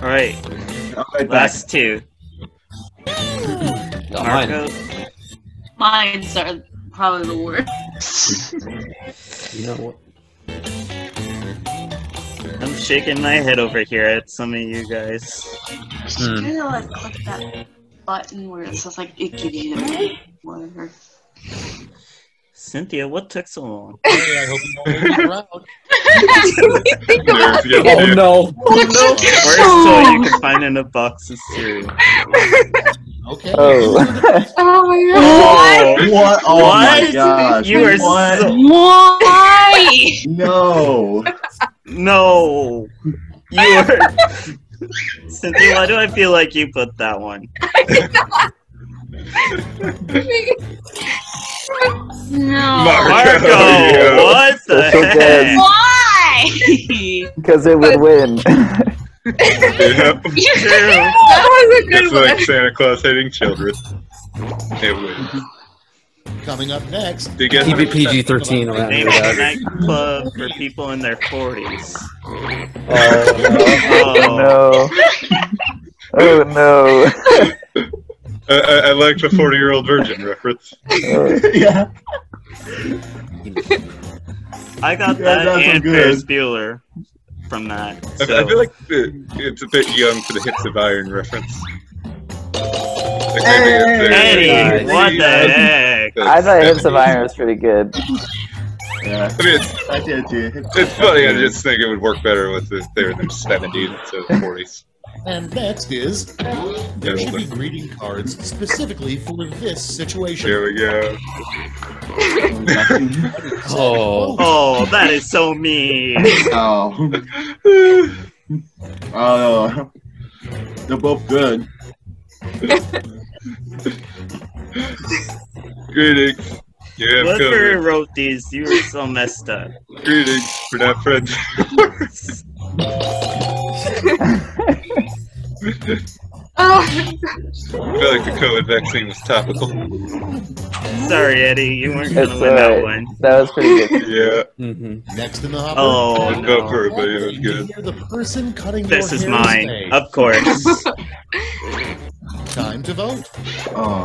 A: right.
C: right
A: Last two.
B: Got
A: Marco.
J: Mines are probably the worst.
B: You know what?
A: I'm shaking my head over here at some of you guys.
C: Hmm.
J: Just
B: Hmm.
J: kinda like click that button where it says like it gives you the whatever.
A: Cynthia, what took so long?
L: I hope you don't wait around.
B: Oh no!
A: Where's so you can find in a box of cereal?
L: Okay.
A: Oh.
I: Oh my
A: Oh,
I: god.
A: What?
C: What? Oh my
A: What?
C: gosh.
A: You are
C: What?
A: so-
I: Why?
C: No.
A: No. You are. Cynthia, why do I feel like you put that one?
J: No.
A: Marco, what the
D: That's so
A: heck?
D: bad.
J: Why?
D: Because it would win.
G: Yep.
I: that was a good
G: It's
I: one.
G: like Santa Claus hating children. It wins.
L: Coming up next.
G: Do you guys
B: Keep it PG-13 around
A: Name
B: here,
A: a
B: guys.
A: nightclub for people in their 40s.
D: Oh no! Oh no!
G: I, I, I like the 40 year old virgin reference.
C: yeah.
A: I got
G: You guys
A: that
G: got some
A: and
G: good.
A: Ferris Bueller from that.
G: I,
A: So.
G: I feel like the, it's a bit young for the hits of iron reference. Like, maybe it's there.
A: Eddie,
G: Nice.
A: what the heck?
D: I thought Hips of Iron was pretty good.
C: Yeah.
G: I mean, it's,
C: I did too.
G: it's funny. I just think it would work better with the, they were in their 70s instead of 40s.
L: And next is there should be greeting cards specifically for this situation.
G: There we go.
B: Oh.
A: Oh, that is so mean.
C: Oh. oh. They're both good.
G: Greetings. You have
A: Whoever
G: COVID.
A: wrote these, you were so messed up.
G: Greetings. We're not friends.
I: Oh,
G: I feel like the COVID vaccine was topical.
A: Sorry, Eddie, you weren't gonna
D: It's
A: win that
D: alright.
A: one.
D: That was pretty good.
G: Yeah.
B: Mm-hmm.
L: Next in the hopper.
A: Oh
G: I'd vote
A: no,
G: for it, but it was
L: You
G: good.
L: hear the person cutting
A: this
L: your
A: is
L: hair
A: mine.
L: say,
A: Of course.
L: Time to vote.
C: Oh.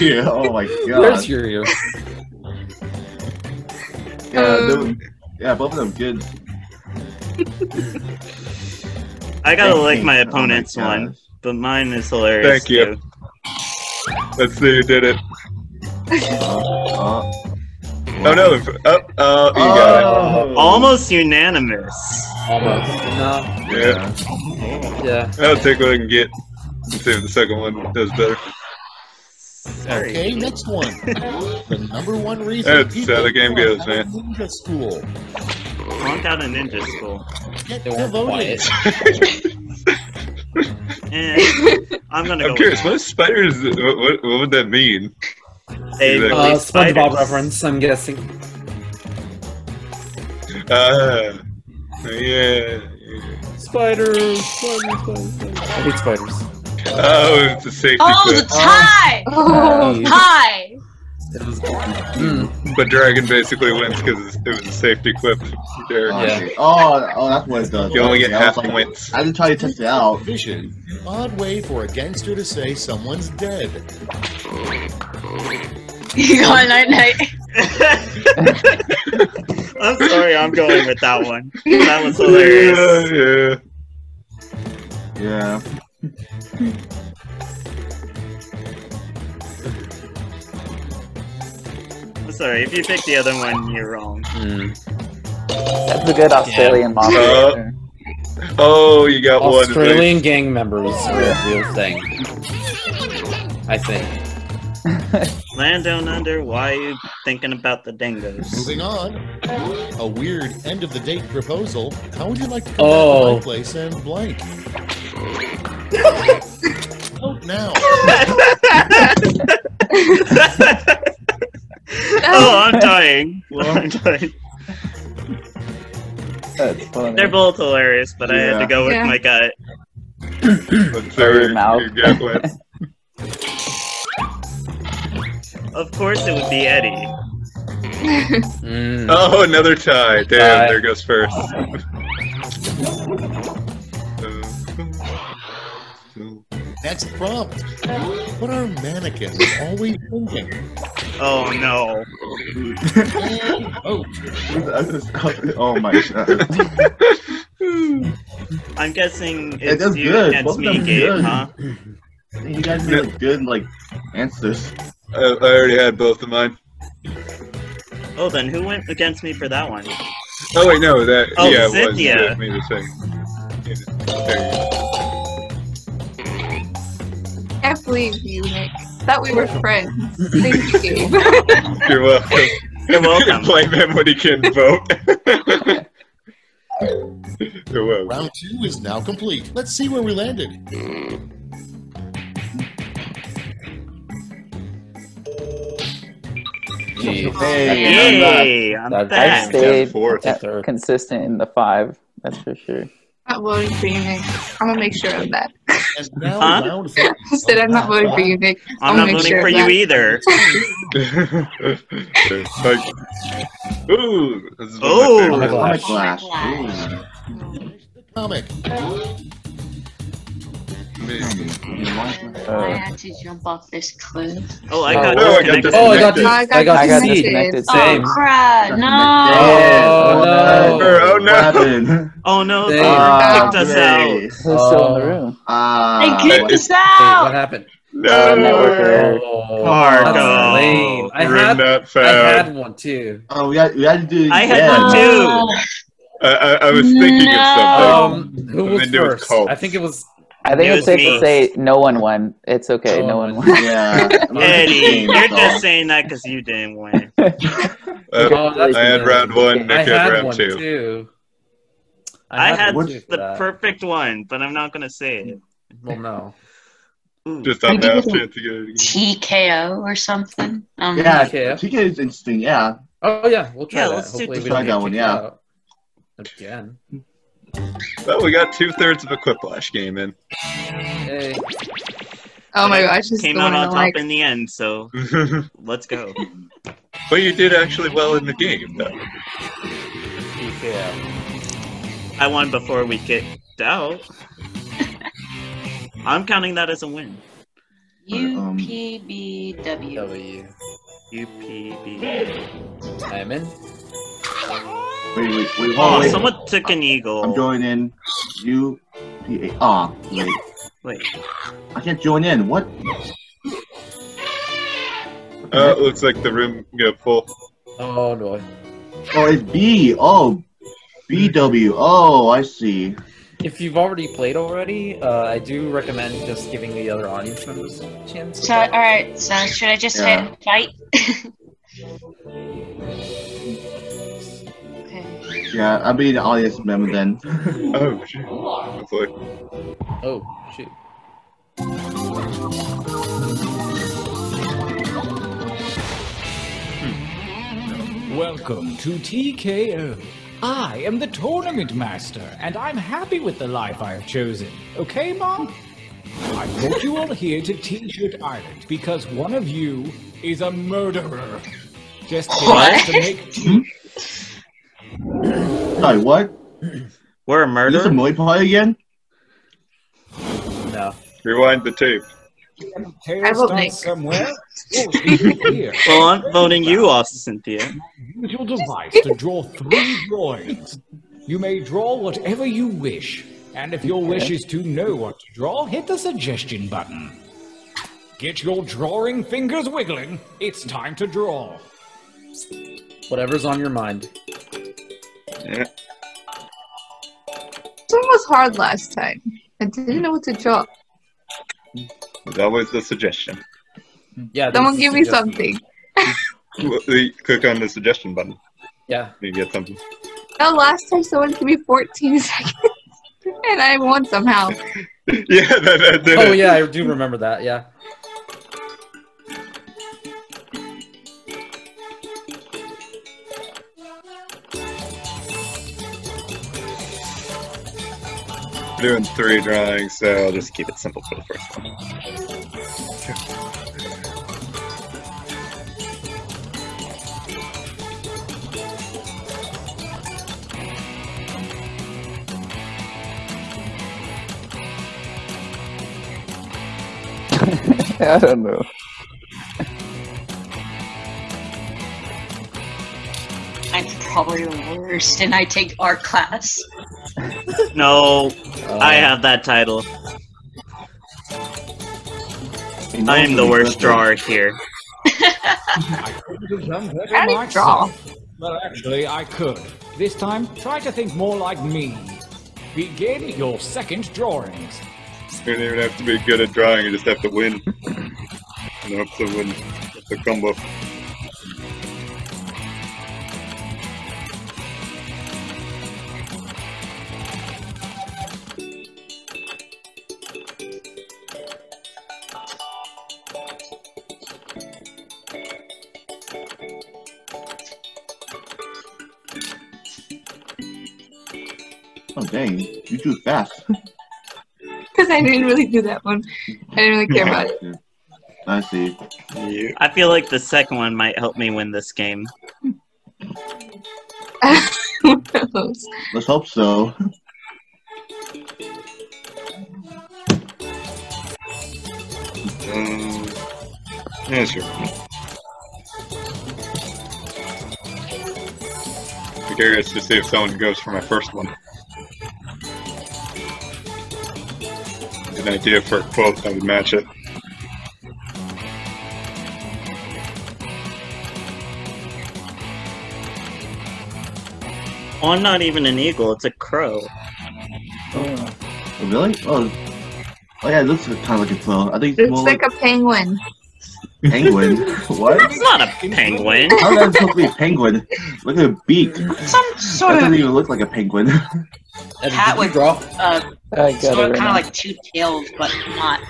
C: yeah, oh my god.
B: Where's your ear?
C: Yeah, they were- yeah, both of them good.
A: I gotta
C: Thank
A: like
C: you.
A: my
C: Oh my
A: opponent's
C: gosh.
A: one, but mine is hilarious.
G: Thank you.
A: too.
G: Let's see who did it.
C: Uh,
G: Oh no! if- Oh, oh, you got
C: oh.
A: Almost unanimous.
B: uh, Almost. No.
G: it. Yeah,
B: Yeah.
G: I'll take what I can get. Let's see if the second one does better.
A: Sorry.
L: Okay, next one. the number one reason.
G: That's
L: people
G: how the game
L: don't
G: goes,
L: have
G: man.
L: Ninja school.
A: Conk out a ninja school.
L: Get
B: They
L: to
B: weren't
L: voting.
B: quiet.
A: Eh, I'm gonna
G: I'm
A: go.
G: curious. What is spiders? What, what, what would that mean?
A: with They
G: Uh,
B: Uh,
A: release
B: SpongeBob
A: spiders.
B: reference. I'm guessing.
G: Ah, yeah.
B: Spiders. Spiders. Spiders. spiders. I hate spiders.
G: Oh, it's a safety
J: Oh, the
G: clip.
B: Uh,
J: tie!
I: oh.
J: Tie!
B: It was. Mm.
G: But dragon basically wins because it was a safety clip. There.
C: oh,
B: Yeah.
C: okay. oh, oh, that's what it does.
G: You only get
C: Okay, I was
G: half
C: like-
G: points.
C: I didn't try to test it out.
L: Vision. Odd way for a gangster to say someone's dead.
J: You got a night night.
A: I'm sorry, I'm going with that one. That was hilarious.
G: Yeah, yeah.
C: Yeah.
A: I'm sorry, if you pick the other one, you're wrong.
B: Mm.
D: That's a good Australian mom.
G: Uh, Oh, you got one.
B: Australian gang members are a real thing. I think.
A: Land down under, why are you thinking about the dingoes?
L: Moving on. A weird end of the date proposal. How would you like to come back to
B: Oh.
L: my place and blank? Vote now.
A: oh, I'm dying. I'm dying.
D: That's funny.
A: They're both hilarious, but I had to
C: Yeah.
A: go with
I: Yeah.
A: my gut.
G: Let's see where
D: Your mouth.
G: you got one.
A: Of course, it would be Eddie.
B: Mm.
G: Oh, another tie. Damn,
B: Tie.
G: there goes first. Uh, so.
L: Next prompt. What are mannequins always thinking?
A: Oh no.
L: oh.
C: oh my god.
A: I'm guessing
C: Yeah,
A: it's
C: that's
A: you
C: good.
A: against
C: Both of
A: me,
C: them
A: Gabe,
C: good.
A: huh?
C: You guys did like, good like answers.
G: I, I already had both of mine.
A: Oh, then who went against me for that one?
G: Oh wait, no, that
A: Oh,
G: yeah, it was
A: Cynthia.
G: yeah, me the same.
I: I can't believe you, Nick. That we were friends. Thank you, Gabe.
G: You're welcome.
A: You're welcome.
G: Blame him when he can't vote. You're welcome.
L: Round two is now complete. Let's see where we landed.
D: Hey,
A: I'm
D: I
A: back.
D: stayed
G: Fourth.
D: at- consistent in the five. That's for sure.
I: not voting for you, Nick. I'm gonna make sure of that.
L: And now
A: Huh?
L: round three.
I: I said I'm not voting for you, Nick.
A: I'm
I: I'll
A: not
I: make
A: voting
I: sure
A: for
I: of
A: you
I: that.
A: either.
G: like, ooh, this is
A: Oh.
G: one of my
B: Comic
G: favorites.
C: Flash.
L: Comic.
J: I had to jump off this cliff.
A: Oh, I
B: Uh. Oh,
A: got
B: I got
A: disconnected.
B: Oh, I
G: disconnected.
B: got dis- I got I got disconnected.
D: disconnected.
B: Same.
J: Oh crap!
B: Oh,
J: No.
B: no.
G: Oh
C: What
G: no!
C: happened?
A: Oh no, they
C: Ah,
A: kicked us out.
C: Grace.
D: Who's still in the room?
C: Oh. Ah,
J: They kicked
C: what-
J: us
B: Wait, what
J: out.
B: happened?
D: Uh,
G: No,
D: network error.
B: Oh,
A: Marco.
B: that's lame. I
G: we're
B: had,
G: not
B: I had
G: found.
B: one too.
C: Oh, we had, we had to do it
A: I had
C: again.
A: one
J: Oh.
A: too.
G: I, I, I was thinking
J: No.
G: of something.
B: Um, who
G: And
B: was
G: then it was
B: first?
G: called.
B: I think it was.
D: I think
A: It
D: it's
A: was
D: safe
A: me.
D: to say no one won. It's okay.
B: No
D: No,
B: one
D: one
B: won.
D: won.
C: Yeah.
A: Eddie, you're just
C: That's all.
A: saying that because you didn't win.
G: Uh,
B: Oh, that's
G: I had
B: good.
G: round one.
B: I
G: Nick had,
B: had
G: round
B: one
G: two.
B: too.
A: I had
B: one,
C: the
B: too, for
A: The
B: that.
A: perfect one, but I'm not gonna say it.
B: Well, no.
A: Ooh.
G: Just on
J: We
G: the
J: did
G: off
J: it.
G: chance to get it again.
J: TKO or something. Um,
C: Yeah,
B: Okay.
C: TK is interesting. Yeah,
B: Oh yeah, we'll try
A: Yeah,
B: that.
A: let's do-
B: Hopefully we
C: Let's
B: don't
C: try that
B: get
C: one,
B: kicked
C: yeah.
B: out again.
G: Well, we got two thirds of a Quiplash game in.
B: Hey.
I: Oh my gosh, this is
A: Came
I: going
A: out on
I: on
A: top
I: like
A: in the end, so let's go.
G: but you did actually well in the game. Though.
A: I won before we kicked out. I'm counting that as a win.
C: Um,
J: UPBW.
B: W.
A: UPB.
B: I'm in.
C: wait, wait, wait,
A: Oh,
C: oh, wait.
A: someone took an eagle.
C: I'm joining in. U P A. Ah, wait,
A: Wait,
C: I can't join in. What?
G: Oh, it looks like the room got full.
B: Oh no.
C: Oh, it's B. Oh, B W. Oh, I see.
B: If you've already played already, uh, I do recommend just giving the other audience members a chance.
J: So, all right. So, should I just
C: Yeah.
J: hit fight? okay.
C: Yeah, I'll be the audience member then.
G: Oh, shit. It's like,
B: Oh shoot.
N: Welcome to TKO. I am the tournament master, and I'm happy with the life I've chosen. Okay, Mom? I brought you all here to T-Shirt Island because one of you is a murderer. Just enough to make two.
C: Hmm? Sorry, what?
A: we're a
C: Is this a
A: murder.
C: Muay Thai again?
B: No.
G: rewind the tape.
I: I
N: Tail
I: vote
N: starts
I: Nick.
N: somewhere. or even here.
A: Well, I'm voting you off, Cynthia.
N: Use your device to draw three drawings. You may draw whatever you wish, and if your wish is to know what to draw, hit the suggestion button. Get your drawing fingers wiggling. It's time to draw.
B: Whatever's on your mind.
I: this one was hard last time. I didn't know what to draw.
G: It's always the suggestion.
B: Yeah. this
I: Someone
B: is
I: give me
B: suggested.
I: something.
G: Well, you Click on the suggestion button.
B: Yeah.
G: You get something.
I: No, last time someone gave me 14 seconds, and I won somehow.
G: Yeah, that, that did
B: Oh
G: it.
B: yeah, I do remember that. Yeah.
G: We're doing three drawings, so I'll just keep it simple for the first one.
D: I don't know.
J: I'm probably the worst, and I take art class.
A: No, I have that title. I am the worst drawer here.
N: How
J: do you draw?
N: Well, actually, I could. This time, try to think more like me. Begin your second drawings.
G: You don't even have to be good at drawing, you just have to win. You have to win with the combo.
C: Oh dang, you do it fast.
I: Because I didn't really do that one. I didn't really care about it.
C: I see.
A: I feel like the second one might help me win this game.
I: Who knows?
C: Let's hope so.
G: Um, yeah, sure. I'm curious to see if someone goes for my first one. An idea for a quote that would match it.
A: Well, Oh, I'm not even an eagle, it's a crow.
C: Oh, really? Oh, oh yeah, it looks kind of like a quill. I think it's,
I: It's
C: more
I: like
C: like,
I: a penguin.
C: a penguin. what?
A: That's not a penguin.
C: How that's supposed to be a penguin? Look at the beak.
J: Some
C: that
J: sort
C: doesn't
J: of
C: even look like a penguin.
J: cat with uh,
D: I
J: sort
D: got
J: of
D: it
J: kind of
D: right
J: like two tails, but not.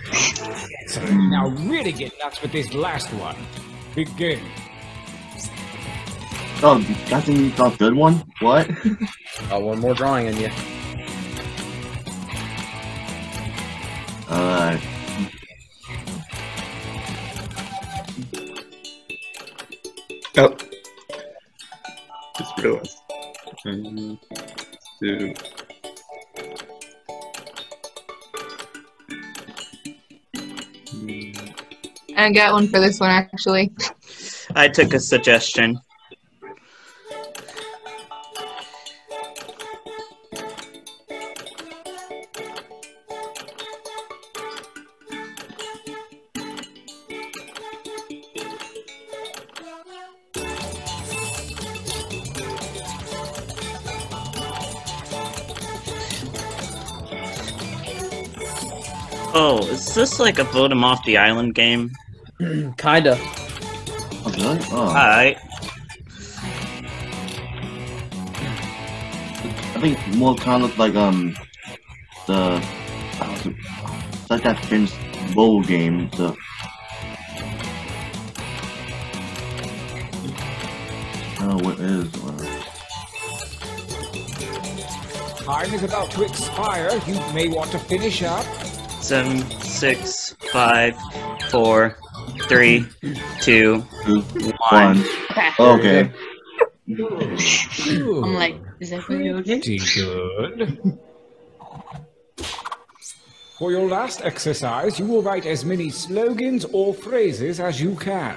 N: Now, really get nuts with this last one. Begin.
C: oh, that's a not good one. What?
B: Uh, one more drawing in you.
C: Uh,
G: Oh. Just realized. Um, do-
I: I got one for this one actually.
A: I took a suggestion. Oh, is this like a vote 'em off the island game?
B: Kinda.
C: oh, really? Oh.
A: Alright.
C: I think it's more kind of like um the how's it- it's like that Finnish bowl game. The oh, what is? Uh,
N: Time is about to expire. You may want to finish up.
A: Seven, six, five, four, three, two, one.
C: one. Okay. Mm-hmm.
J: I'm like, is that really good?
N: Pretty good. For your last exercise, you will write as many slogans or phrases as you can.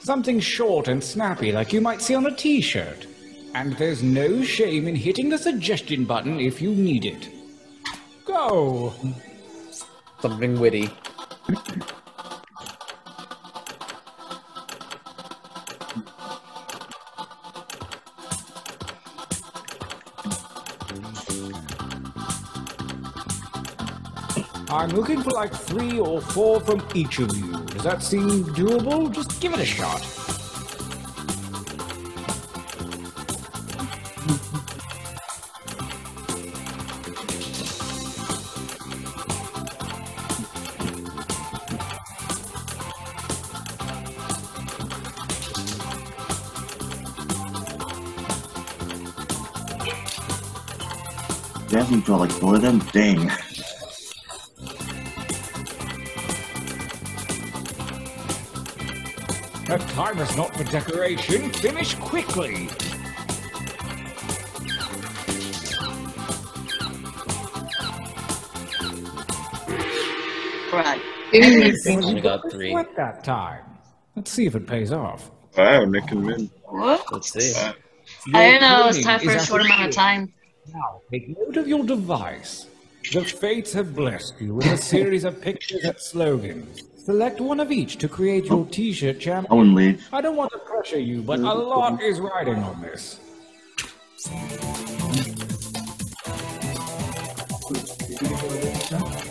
N: Something short and snappy, like you might see on a t shirt. And there's no shame in hitting the suggestion button if you need it. Go!
B: Something witty.
N: I'm looking for like three or four from each of you. Does that seem doable? Just give it a shot.
C: You have to draw like four of them. Dang.
N: That time is not for decoration. Finish quickly.
J: Right.
N: I
B: I got three.
N: What that time? Let's see if it pays off.
G: Wow, Nick and Min.
J: What?
B: Let's see.
J: I don't know. It's time for a short amount of time.
N: Now, make note of your device. The fates have blessed you with a series of pictures and slogans. Select one of each to create your T-shirt channel.
C: I wouldn't leave.
N: I don't want to pressure you, but a lot is riding on this.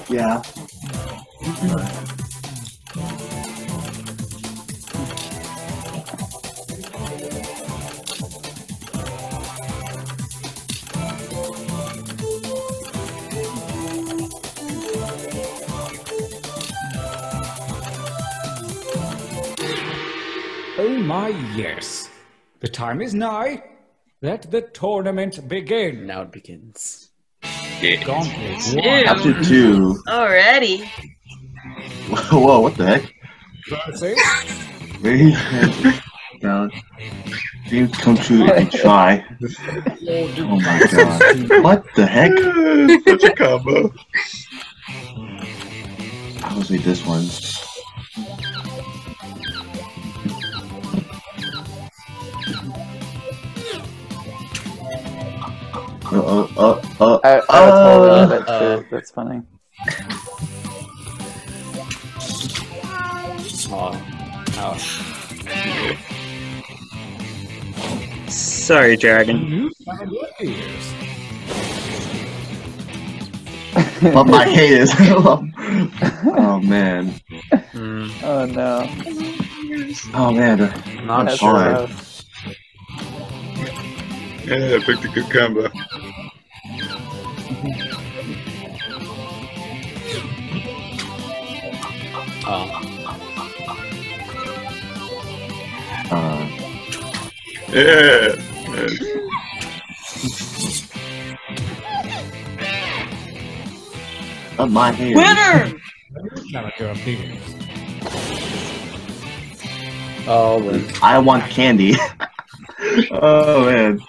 C: Yeah.
N: Oh my yes. The time is nigh. Let the tournament begin.
B: Now it begins.
N: Gauntlet
J: Ew.
N: one.
C: Up to two.
J: Alrighty.
C: Whoa, what the heck? Maybe Valid. Dreams come true if you try. Oh my god. What the heck?
G: Such a combo.
C: I was with this one. Uh, uh, uh, uh,
D: I, I would totally love
C: uh,
D: it too. That's funny.
B: Oh, ouch.
A: Sorry, Dragon.
C: Love my haters. oh man.
D: Oh no.
C: Oh man.
B: Not
C: That's
B: sure.
C: hard.
G: Yeah, I picked a good combo.
B: Oh,
C: Uh,
G: Yeah.
C: love my haters.
J: Winner!
N: Character appears.
B: oh, Lynn.
C: I want candy. oh man.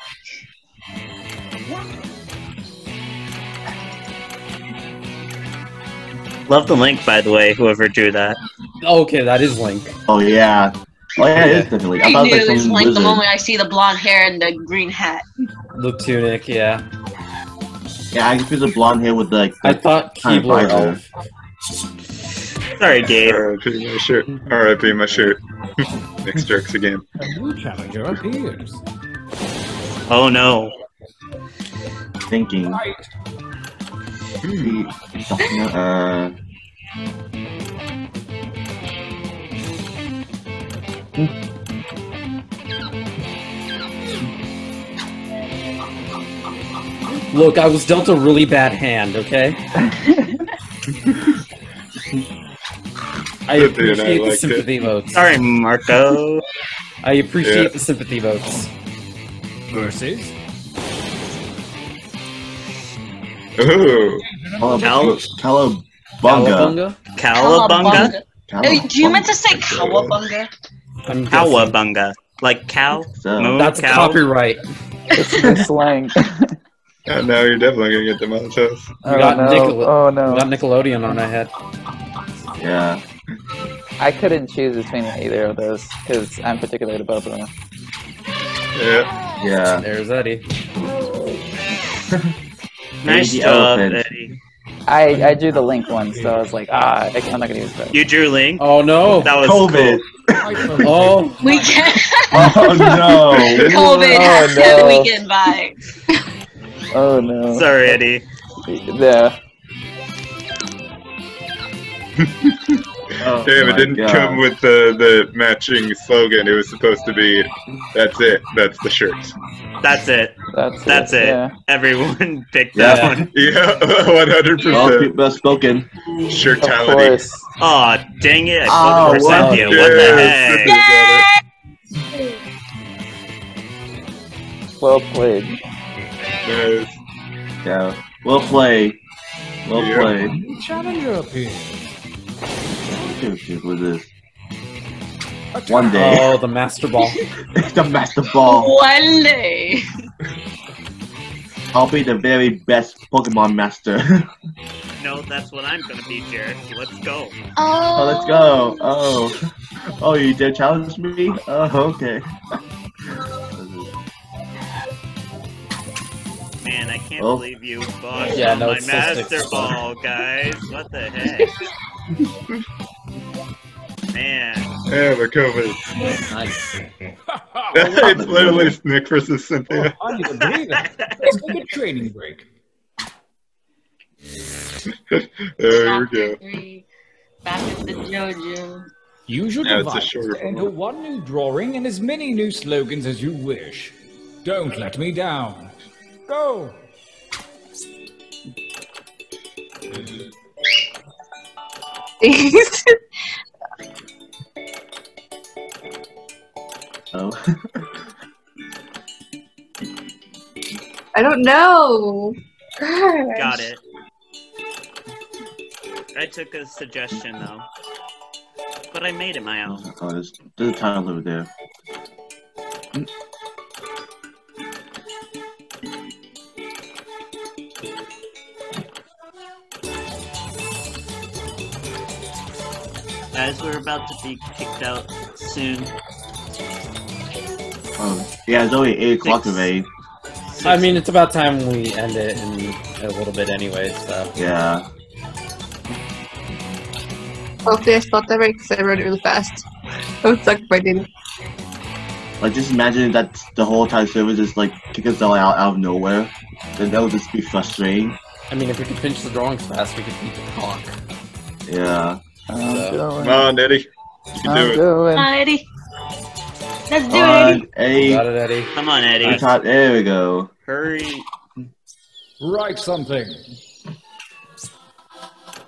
A: Love the link, by the way, whoever drew that.
B: Okay, that is Link.
C: Oh yeah. Oh yeah, it is definitely. I
J: I
C: thought
J: knew
C: it
J: it
C: was like
J: was
C: some
J: like the
C: lizard.
J: moment I see the blonde hair and the green hat.
B: The tunic, yeah.
C: Yeah, I confused the blonde hair with like.
B: I
C: the-
B: thought
C: Kind of
B: Keebler
C: visor.
B: Elf.
A: Sorry, Gabe.
G: R.I.P. my shirt. R.I.P. my shirt. Nick's jerks again.
N: A new challenger appears.
A: Oh no.
C: thinking. Uh,
N: Right.
C: See, uh,
B: Look, I was dealt a really bad hand, okay? I
G: Good dude, I
B: appreciate the
G: liked it.
B: sympathy votes.
A: Sorry, Marco.
B: I appreciate
G: Yeah.
B: the sympathy votes.
N: Versus
G: Ooh.
C: Cal- Calabunga.
B: Cowabunga?
A: Cowabunga?
J: Hey, do you meant to say cowabunga?
B: I'm guessing.
A: Cowabunga. Like cow?
C: So-
A: Moo,
B: That's
A: cow.
B: copyright.
D: It's the slang.
G: And now you're definitely gonna get demonetized.
D: Oh
B: got
D: no.
B: Nicola-
D: Oh
B: We
D: no.
B: got Nickelodeon on our head.
C: Yeah.
D: I couldn't choose between either of those because I'm particularly about them.
G: Yeah.
C: Yeah.
B: There's Eddie.
A: Nice
C: Baby
A: job,
C: elephant.
A: Eddie.
D: I, I drew the link one, so I was like, ah, I, am not gonna use that.
A: You drew Link?
B: Oh no!
A: That was
C: COVID.
B: Oh,
J: We can't.
C: Oh no. Oh,
J: COVID
A: Oh,
J: has
D: no.
J: said we can buy.
D: Oh
A: cool.
D: no.
A: Sorry, Eddie.
D: Yeah.
C: Oh,
G: Damn, it
C: my
G: didn't
C: God.
G: come with the, the matching slogan. It was supposed to be, that's it, that's the shirt.
A: That's it.
D: That's
A: That's it.
D: Yeah.
A: Everyone picked that
C: Yeah.
A: one.
G: Yeah,
C: All
G: 100%.
C: people have spoken.
D: Of
G: Shirtality.
D: course.
A: Oh, dang it.
C: Oh,
A: I voted for
C: wow.
A: Cynthia. What the heck?
G: Yes.
D: Well played.
G: Yes.
C: Yeah. Well played. Well
G: Yeah.
N: a
C: played.
N: new challenger appears.
C: Dude, dude, what is this? One day.
B: oh, the Master Ball.
C: the master ball.
J: One day.
C: I'll be the very best Pokemon master.
A: No, that's what I'm gonna be, Jared. Let's go.
C: Oh, let's go. Oh, oh, you dare challenge me? Oh, okay.
A: Man, I can't
C: Oh.
A: believe you bought
C: Yeah,
A: on
C: no,
A: my
C: it's just
A: master
C: exploded.
A: ball, guys. What the heck? Man.
G: Yeah, the COVID.
B: Nice.
G: Oh. it's literally Nick versus Cynthia.
N: I need a breather. Let's take a training break.
G: there we go.
J: Three. Back at the JoJo.
N: Use your
G: Yeah, it's a
N: device
G: shorter
N: to enter one new drawing and as many new slogans as you wish. Don't let me down. Go!
C: Oh,
I: I don't know.
A: Got it. I took a suggestion though. But I made it my own.
C: oh, there's, there's a time limit there.
A: Guys, we're about to be kicked out soon.
C: Oh, yeah, it's only eight o'clock today.
B: I mean, it's about time we end it in a little bit anyway, so.
C: Yeah.
I: Hopefully, I spelled that right because I wrote it really fast. I would suck if I didn't.
C: Like, just imagine that the whole entire server just like kick us all out, out of nowhere. Then that would just be frustrating.
B: I mean, if we could finish the drawings fast, we could beat the clock.
C: Yeah.
G: Come on, Eddie. You can do it.
J: Alrighty. Let's do
C: Come
J: it,
C: on, Eddie.
J: Eddie.
B: Got it, Eddie.
A: Come on, Eddie.
C: I thought- There we go.
A: Hurry.
N: Write something.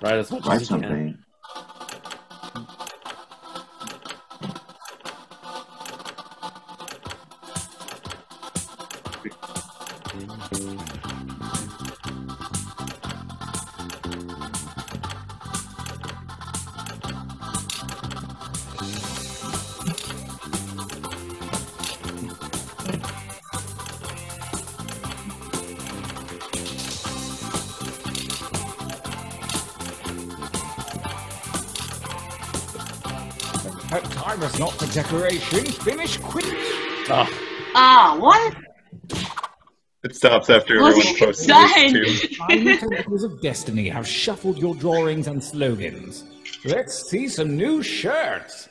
B: Right as much
C: Write
B: as you can.
C: something.
N: That time is not for decoration. Finish quick.
J: Ah, what?
G: It stops after
J: What
G: everyone posts
J: done?
G: this too.
N: Tiny tentacles of destiny have shuffled your drawings and slogans. Let's see some new shirts.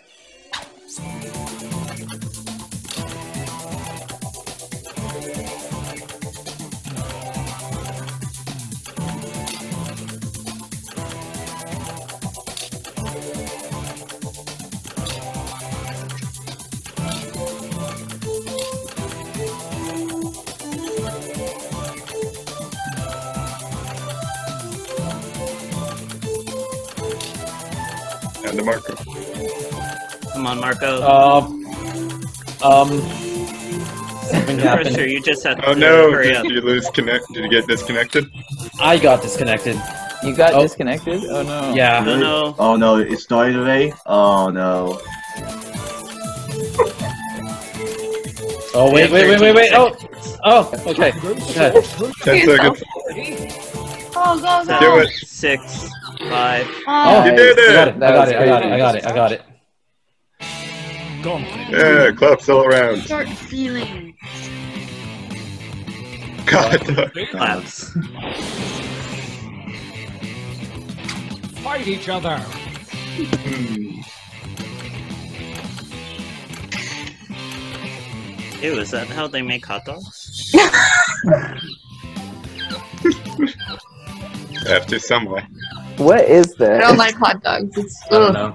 G: And the Marco.
A: Come on, Marco.
B: Um. Um. Something happened.
A: Pressure, you just have to
G: Oh no!
A: hurry up.
G: Did you lose connect? Did you get disconnected?
B: I got disconnected.
D: You got disconnected? Oh no.
B: Yeah.
A: No, no.
C: Oh no, it's starting today? Oh no.
B: Oh wait, wait, wait, wait, wait. Oh, oh. Okay. okay.
G: Ten seconds.
J: Oh, go, go.
G: Do it.
A: Six, five.
B: Oh,
G: You did
B: I got
G: it!
B: it. I got it. I got it. I got it. I got it.
G: Yeah, claps all around.
J: Start feeling.
G: God.
A: Claps.
N: Fight each other.
A: Ew, is that how they make hot dogs?
G: Have to some way.
D: What is
I: I
D: this?
I: don't like hot dogs. It's, ugh.
G: know.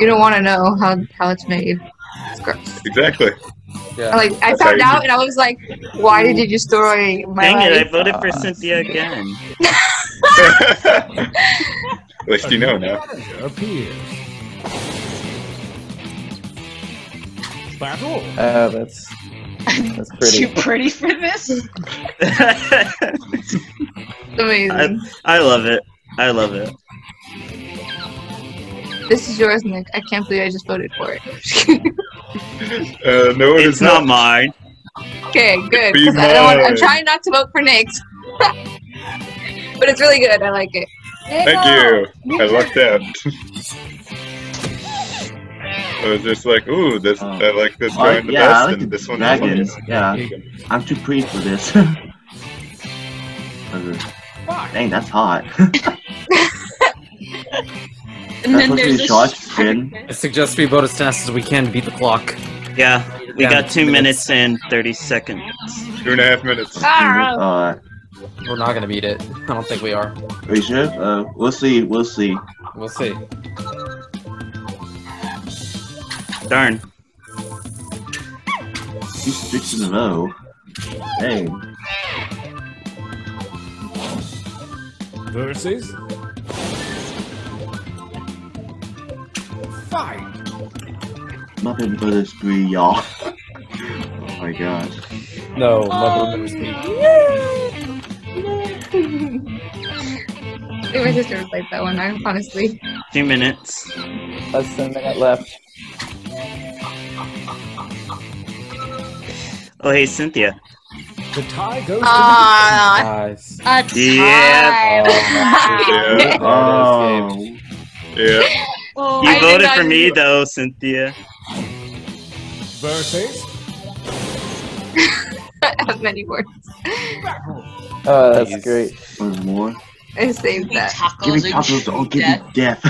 I: You don't want to know how, how it's made. It's gross.
G: Exactly.
I: I, like I
G: That's how
I: found
G: you-
I: out, and I was like, "Why did you destroy my
A: Dang it, I
I: life?"
A: voted for Cynthia again.
G: At least you know now.
N: Manager appears. Battle.
D: Oh,
A: Uh,
D: that's that's pretty.
J: Too pretty for this?
I: Amazing.
A: I, I love it. I love it.
I: This is yours, Nick. I can't believe I just voted for it.
G: Uh, no,
A: it's not mine.
I: Okay, good.
G: Be
I: 'cause I don't want,
G: mine.
I: I'm trying not to vote for Nick. but it's really good. I like it.
G: Thank you. I lucked out. I was just like, ooh, this I like this
C: I-
G: drawing the
C: Uh, Oh, yeah, I
G: best,
C: like
G: and
C: the
G: this one
C: dragons.
G: is
C: Yeah, I'm too pretty for this. Dang, that's hot.
J: And then
B: That's what
J: there's
B: they
J: this
B: shot,
J: stupid-
B: I suggest we vote as fast as we can to beat the clock.
A: Yeah, we
B: Yeah,
A: got two
B: two
A: minutes and 30 seconds.
G: Two and a half minutes.
C: Ah.
B: We're not gonna beat it. I don't think we are.
C: Are you sure? Uh, we'll see. We'll see.
B: We'll see.
A: Darn.
C: Two sticks in a row. Dang.
N: Versus. Fight.
C: Muppet Brothers 3, y'all. oh my gosh.
B: No,
J: Oh,
B: Muppet Brothers 3.
I: I think my sister would like that one. I honestly.
A: Two minutes.
D: Less than a minute left.
A: Oh, hey, Cynthia.
N: The tie goes
I: Ah,
B: Nice.
I: a
A: Yeah. Oh, Uh,
J: Oh,
I: time.
G: Yeah.
I: Oh, I
A: You
I: did
A: voted
I: not
A: for me,
I: do-
A: though, Cynthia.
N: to versus.
I: I have many words.
D: Oh, that's great.
C: One more.
I: I saved that.
C: Give me tacos, oh, give me death.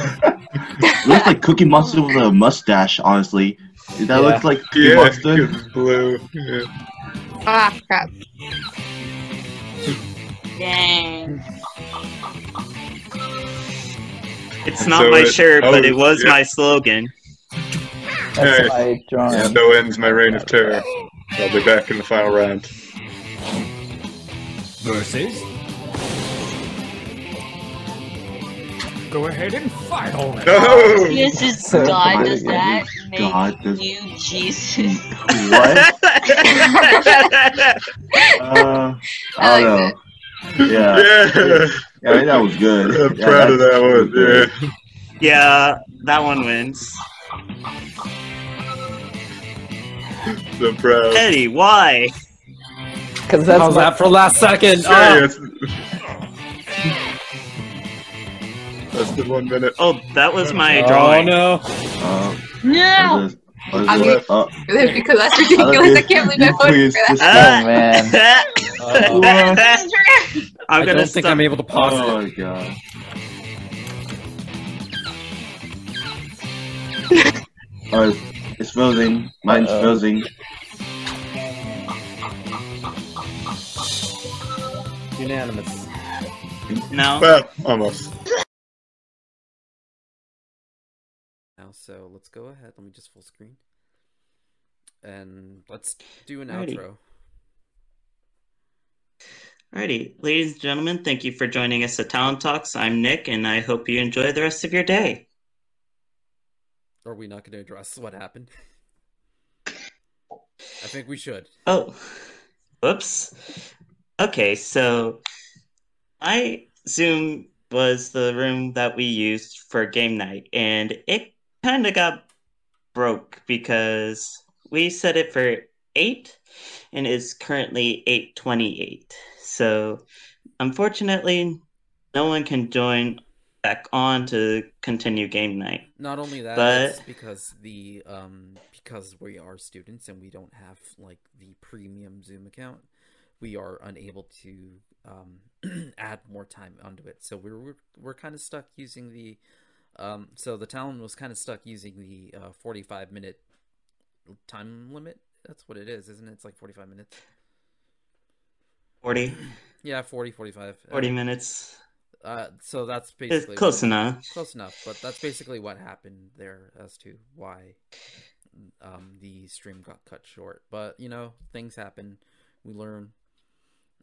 C: looks like Cookie Monster with a mustache, honestly. That
G: Yeah.
C: looks like Cookie
G: Yeah,
C: Monster.
G: it's blue. Yeah.
I: Ah, crap.
J: Dang.
A: It's
G: And
A: not
G: so
A: my
G: it-
A: shirt, but
G: oh,
A: it was
G: yeah.
A: my slogan.
G: Hey.
D: drawing.
G: And so ends my reign of terror. I'll be back in the final round.
N: Versus. Go ahead and fight already.
G: No!
J: This is God. Does that make
C: God, this-
J: you Jesus?
C: What? Uh, I don't know. Yeah.
G: Yeah.
C: Yeah, I think that was good.
G: I'm
C: Yeah,
G: proud of
C: that's
G: that one.
C: good.
G: Yeah.
A: Yeah, that one wins.
G: So proud.
A: Eddie, why?
D: Because
B: that's How's my- that for last second?
G: Yeah,
B: Oh.
G: yes. Less than one minute.
A: Oh, that was my
B: Oh,
A: drawing.
B: no.
C: Uh,
I: No.
C: what
I: I
C: is
I: mean-
C: it? Uh,
I: Because that's ridiculous. I can't believe I voted
C: Please,
I: for
C: just-
I: that.
A: I'm
B: I
A: gonna
B: don't think
A: stop-
B: I'm able to pause
C: Oh
B: it.
C: my god. oh, it's- it's frozen. Mine's frozen.
B: Unanimous.
A: No.
G: Well, almost.
B: Now, so let's go ahead. Let me just full screen. And let's do an
A: Alrighty.
B: outro.
A: Alrighty, ladies and gentlemen, thank you for joining us at Talent Talks. I'm Nick, and I hope you enjoy the rest of your day.
B: Are we not going to address what happened? I think we should.
A: Oh, whoops. Okay, so my Zoom was the room that we used for game night, and it kind of got broke because we set it for eight, and it's currently eight twenty-eight. So, unfortunately, no one can join back on to continue game night.
B: Not only that,
A: But-
B: it's because the um because we are students and we don't have like the premium Zoom account, we are unable to um add more time onto it. So we're we're, we're kind of stuck using the um so the Talon was kind of stuck using the uh 45 minute time limit. That's what it is, isn't it? It's like 45 minutes.
A: Forty.
B: Yeah, 40 45.
A: 40
B: minutes.
A: minutes.
B: Uh, so that's basically
A: close enough.
B: Close enough, but that's basically what happened there as to why um, the stream got cut short. But you know, things happen. We learn,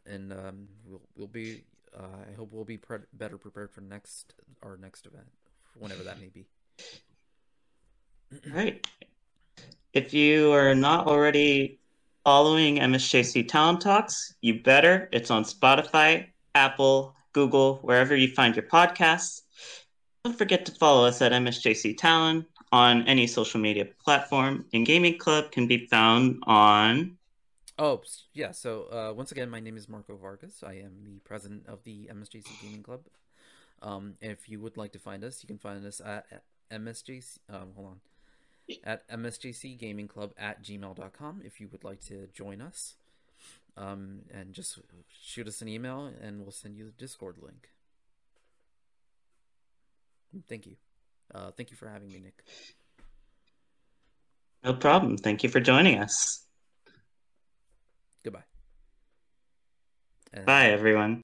B: and um, we'll we'll be. Uh, I hope we'll be pre- better prepared for next our next event, whenever that may be.
A: Right. If you are not already following MSJC Talent Talks, you better. It's on Spotify, Apple, Google, wherever you find your podcasts. Don't forget to follow us at MSJC Talent on any social media platform. And Gaming Club can be found on
B: Oh, s- yeah. So, uh, once again, my name is Marco Vargas. I am the president of the MSJC Gaming Club. Um, if you would like to find us, you can find us at MSJC. Um, hold on. At MSJC Gaming Club at gmail.com if you would like to join us. Um, and just shoot us an email and we'll send you the Discord link. Thank you. Uh, thank you for having me, Nick.
A: No problem. Thank you for joining us.
B: Goodbye. And-
A: Bye, everyone.